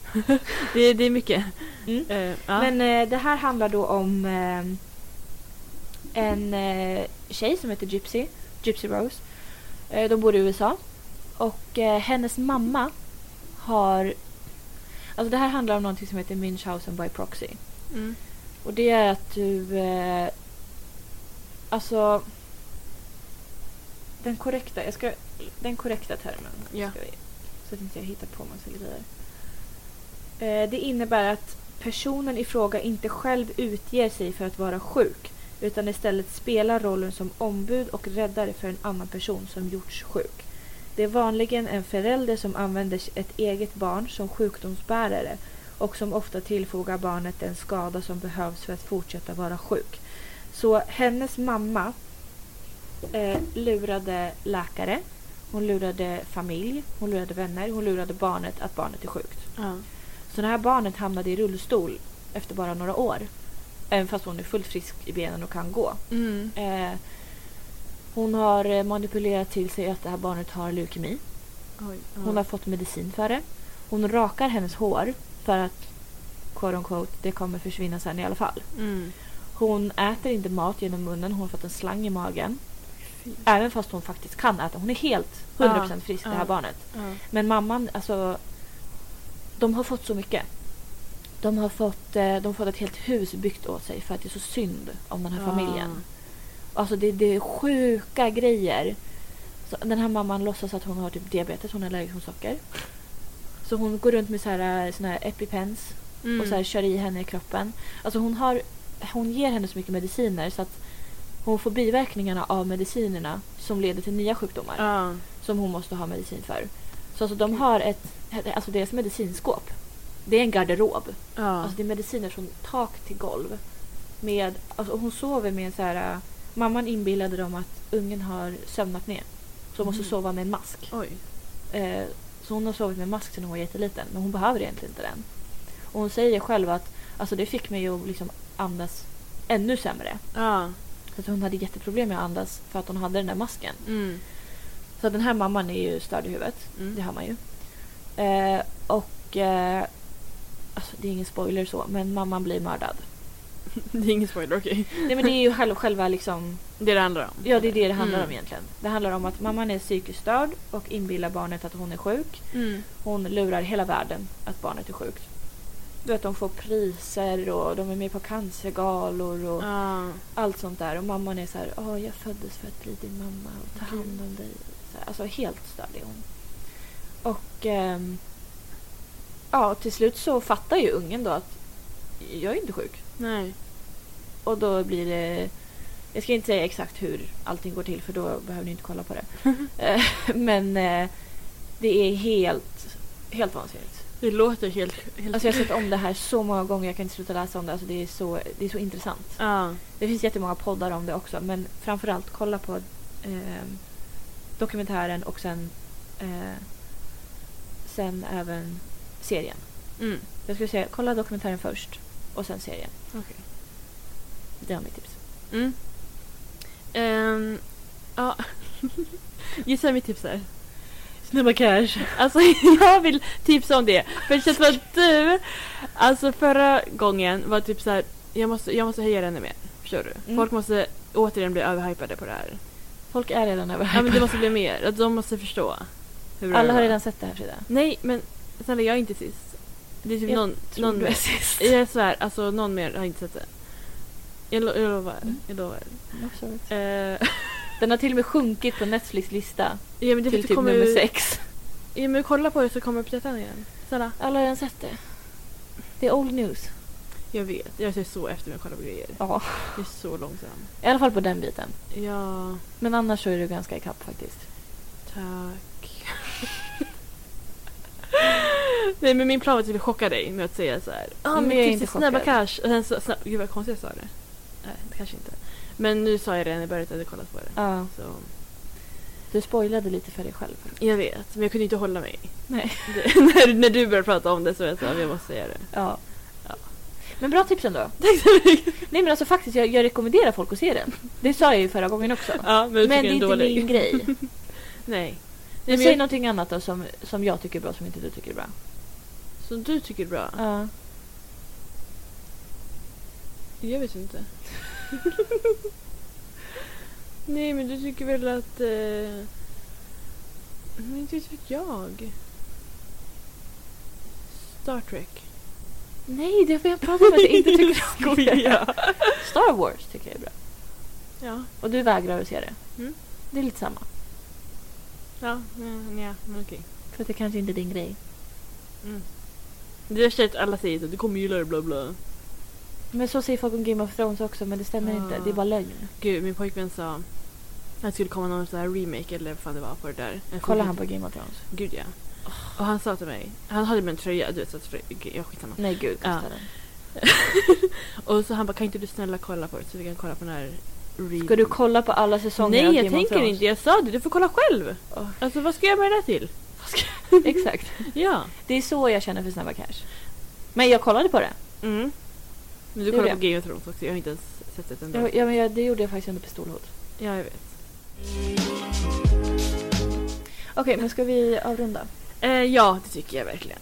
Speaker 1: Det, är- det är mycket.
Speaker 2: Mm.
Speaker 1: Eh, ja.
Speaker 2: Men eh, det här handlar då om eh, en eh, tjej som heter Gypsy, Gypsy Rose. Eh, de bor i USA. Och eh, hennes mamma har... Alltså det här handlar om någonting som heter Münchhausen by proxy.
Speaker 1: Mm.
Speaker 2: Och det är att du... Eh, alltså... Den korrekta, jag ska, den korrekta termen.
Speaker 1: Ja.
Speaker 2: Ska vi, så att inte jag hittar på massa grejer. Eh, det innebär att personen i fråga inte själv utger sig för att vara sjuk utan istället spelar rollen som ombud och räddare för en annan person som gjorts sjuk. Det är vanligen en förälder som använder ett eget barn som sjukdomsbärare och som ofta tillfogar barnet en skada som behövs för att fortsätta vara sjuk. Så hennes mamma eh, lurade läkare, hon lurade familj, hon lurade vänner, hon lurade barnet att barnet är sjukt.
Speaker 1: Ja.
Speaker 2: Så det här barnet hamnade i rullstol efter bara några år. Även fast hon är fullt frisk i benen och kan gå.
Speaker 1: Mm.
Speaker 2: Eh, hon har eh, manipulerat till sig att det här barnet har leukemi.
Speaker 1: Oj, ja.
Speaker 2: Hon har fått medicin för det. Hon rakar hennes hår för att quote unquote, det kommer försvinna sen i alla fall.
Speaker 1: Mm.
Speaker 2: Hon äter inte mat genom munnen, hon har fått en slang i magen.
Speaker 1: Fy.
Speaker 2: Även fast hon faktiskt kan äta. Hon är helt 100% frisk det
Speaker 1: Ja.
Speaker 2: här barnet.
Speaker 1: Ja.
Speaker 2: Men mamman, alltså... De har fått så mycket. De har fått, eh, de har fått ett helt hus byggt åt sig för att det är så synd om den här
Speaker 1: Ja.
Speaker 2: familjen. Alltså det, det är sjuka grejer. Så den här mamman låtsas att hon har typ diabetes, hon är allergisk mot socker. Så hon går runt med så här, eh, såna här Epipens
Speaker 1: Mm.
Speaker 2: och så här, kör i henne i kroppen. Alltså hon, har, hon ger henne så mycket mediciner så att hon får biverkningarna av medicinerna som leder till nya sjukdomar
Speaker 1: Ja.
Speaker 2: som hon måste ha medicin för. Så alltså de har ett, alltså deras medicinskåp, det är en garderob.
Speaker 1: Ja.
Speaker 2: Alltså det är mediciner från tak till golv. Med, alltså och hon sover med en så här, äh, mamman inbillade dem att ungen har sömnapné. Så hon måste
Speaker 1: Mm.
Speaker 2: sova med en mask.
Speaker 1: Oj.
Speaker 2: Eh, så hon har sovit med en mask sedan hon var jätteliten, men hon behöver egentligen inte den. Och hon säger själv att alltså det fick mig att liksom andas ännu sämre.
Speaker 1: Ja.
Speaker 2: Så att hon hade jätteproblem med att andas för att hon hade den där masken.
Speaker 1: Mm.
Speaker 2: Så den här mamman är ju störd i huvudet.
Speaker 1: Mm.
Speaker 2: Det hör man ju. Eh, och... Eh, alltså, det är ingen spoiler så, men mamman blir mördad.
Speaker 1: Det är ingen spoiler, okej.
Speaker 2: Nej men det är ju själva, själva liksom...
Speaker 1: Det är det andra om.
Speaker 2: Ja, det är det det handlar
Speaker 1: Mm.
Speaker 2: om egentligen. Det handlar om att mamman är psykiskt störd och inbillar barnet att hon är sjuk.
Speaker 1: Mm.
Speaker 2: Hon lurar hela världen att barnet är sjukt. Du vet, de får priser och de är med på cancergalor och
Speaker 1: Ja.
Speaker 2: allt sånt där. Och mamman är så här, "Åh, jag föddes för att bli din mamma och ta
Speaker 1: Gud.
Speaker 2: hand om dig. Så här, alltså helt störd är hon. Och ehm, ja, till slut så fattar ju ungen då att jag är inte sjuk.
Speaker 1: Nej.
Speaker 2: Och då blir det... Jag ska inte säga exakt hur allting går till för då behöver ni inte kolla på det. Eh, Men eh, det är helt, helt vansinnigt.
Speaker 1: Det låter helt... helt...
Speaker 2: Alltså jag har sett om det här så många gånger, jag kan inte sluta läsa om det. Alltså det, är så, det är så intressant.
Speaker 1: Ja.
Speaker 2: Det finns jättemånga poddar om det också men framförallt kolla på eh, dokumentären och sen, eh, sen även serien.
Speaker 1: Mm.
Speaker 2: Jag skulle säga kolla dokumentären först och sen serien.
Speaker 1: Okej.
Speaker 2: Det var mitt tips.
Speaker 1: Mm. Ehm, ja. Gissa vad mitt tips är. Snubba Cash. Alltså jag vill tipsa om det. För det känns som att du, alltså förra gången var typ så här, jag måste, jag måste höja den mer. Förstår du?
Speaker 2: Mm.
Speaker 1: Folk måste återigen bli överhypade på det här.
Speaker 2: Folk är redan överhypade.
Speaker 1: Ja men det måste bli mer, att de måste förstå. hur bra det
Speaker 2: Alla har
Speaker 1: var.
Speaker 2: redan sett det här Frida.
Speaker 1: Nej men snälla jag är inte sist. Det är typ
Speaker 2: Jag
Speaker 1: någon,
Speaker 2: Tror
Speaker 1: någon
Speaker 2: du är
Speaker 1: mer.
Speaker 2: sist.
Speaker 1: Jag svär, alltså någon mer har inte sett det. Jag, lo- jag lovar,
Speaker 2: Mm.
Speaker 1: jag lovar.
Speaker 2: Absolut.
Speaker 1: Eh,
Speaker 2: Den har till och med sjunkit på Netflix lista
Speaker 1: Ja men det är för
Speaker 2: till
Speaker 1: att det
Speaker 2: typ
Speaker 1: kommer
Speaker 2: nummer
Speaker 1: ut-
Speaker 2: sex.
Speaker 1: Ja men kolla på det så kommer uppdateringen igen. Snälla.
Speaker 2: Alla har redan sett det. Det är old news.
Speaker 1: Jag vet, jag är så efter med att kolla på grejer.
Speaker 2: Ja.
Speaker 1: Det är så långsam.
Speaker 2: I alla fall på den biten.
Speaker 1: Ja,
Speaker 2: Men annars så är du ganska ikapp faktiskt.
Speaker 1: tack. Nej men min plan var att jag skulle chocka dig med att säga så här. "Ah,
Speaker 2: Ja, men
Speaker 1: "Mitt
Speaker 2: jag är
Speaker 1: tips
Speaker 2: inte
Speaker 1: Snabba
Speaker 2: chockad."
Speaker 1: cash. Och sen så, snabb, gud vad konstigt jag sa det. Nej, det kanske inte. Men nu sa jag det när jag började att jag hade kollat på det.
Speaker 2: Ja.
Speaker 1: Så,
Speaker 2: Du spoilade lite för dig själv.
Speaker 1: Alltså, jag vet, men jag kunde inte hålla mig.
Speaker 2: Nej.
Speaker 1: Det, när, när du började prata om det så var jag så här, jag måste säga det.
Speaker 2: Ja.
Speaker 1: Ja.
Speaker 2: Men bra tips ändå.
Speaker 1: Tack så mycket.
Speaker 2: Nej men alltså faktiskt, jag, jag rekommenderar folk att se den. Det sa jag ju förra gången också.
Speaker 1: Ja, men, du
Speaker 2: men
Speaker 1: tycker
Speaker 2: det är
Speaker 1: den
Speaker 2: inte
Speaker 1: dålig.
Speaker 2: min grej.
Speaker 1: Nej.
Speaker 2: Men
Speaker 1: Nej
Speaker 2: Säg
Speaker 1: men jag,
Speaker 2: någonting annat då som, som jag tycker är bra som inte du tycker är bra.
Speaker 1: som du tycker är bra.
Speaker 2: Ja.
Speaker 1: Jag vet inte. Nej, men du tycker väl att... Eh... Men inte vet vet jag. Star Trek.
Speaker 2: Nej, det har jag pratat om att jag inte tycker om.
Speaker 1: Skoja!
Speaker 2: Star Wars tycker jag är bra.
Speaker 1: Ja,
Speaker 2: Och du vägrar att se det.
Speaker 1: Mm.
Speaker 2: Det är lite samma.
Speaker 1: ja, men- ja, men okej.
Speaker 2: För att det kanske inte är din grej.
Speaker 1: Det är säkert alla säger så, du kommer gilla det bla bla.
Speaker 2: Men så säger folk om Game of Thrones också men det stämmer
Speaker 1: Ja.
Speaker 2: inte. Det är bara lögn.
Speaker 1: Gud, min pojkvän sa att det skulle komma någon sån här remake eller vad fan det var på det där. En
Speaker 2: Kollar
Speaker 1: fortsätt-
Speaker 2: han på Game of Thrones?
Speaker 1: Gud ja. Och han sa till mig, han hade med en tröja, du vet så att frö- jag skitsamma.
Speaker 2: Nej gud, kasta den.
Speaker 1: Och så han bara kan inte du snälla kolla på det så vi kan kolla på den här re-
Speaker 2: Ska du kolla på alla säsonger av
Speaker 1: Nej jag
Speaker 2: Game of
Speaker 1: tänker
Speaker 2: Thrones?
Speaker 1: inte, jag sa det, du får kolla själv.
Speaker 2: Åh.
Speaker 1: Alltså vad ska jag med det där till?
Speaker 2: Exakt.
Speaker 1: Ja.
Speaker 2: Det är så jag känner för Snabba Cash. Men jag kollade på det.
Speaker 1: Mm. Men du
Speaker 2: Det
Speaker 1: kollar
Speaker 2: gjorde
Speaker 1: på Game of Thrones också, jag har inte ens sett det ändå.
Speaker 2: Jag, ja, men jag, det gjorde jag faktiskt under pistolhot.
Speaker 1: Ja, jag vet.
Speaker 2: Okej, men ska vi avrunda?
Speaker 1: Eh, ja, det tycker jag verkligen.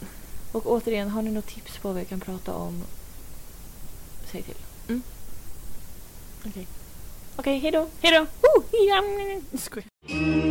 Speaker 2: Och återigen, har ni något tips på vad vi kan prata om? Säg till.
Speaker 1: Mm.
Speaker 2: Okej. Okej, hejdå!
Speaker 1: Hejdå! Oh, ja, mm, skojar.
Speaker 3: Mm.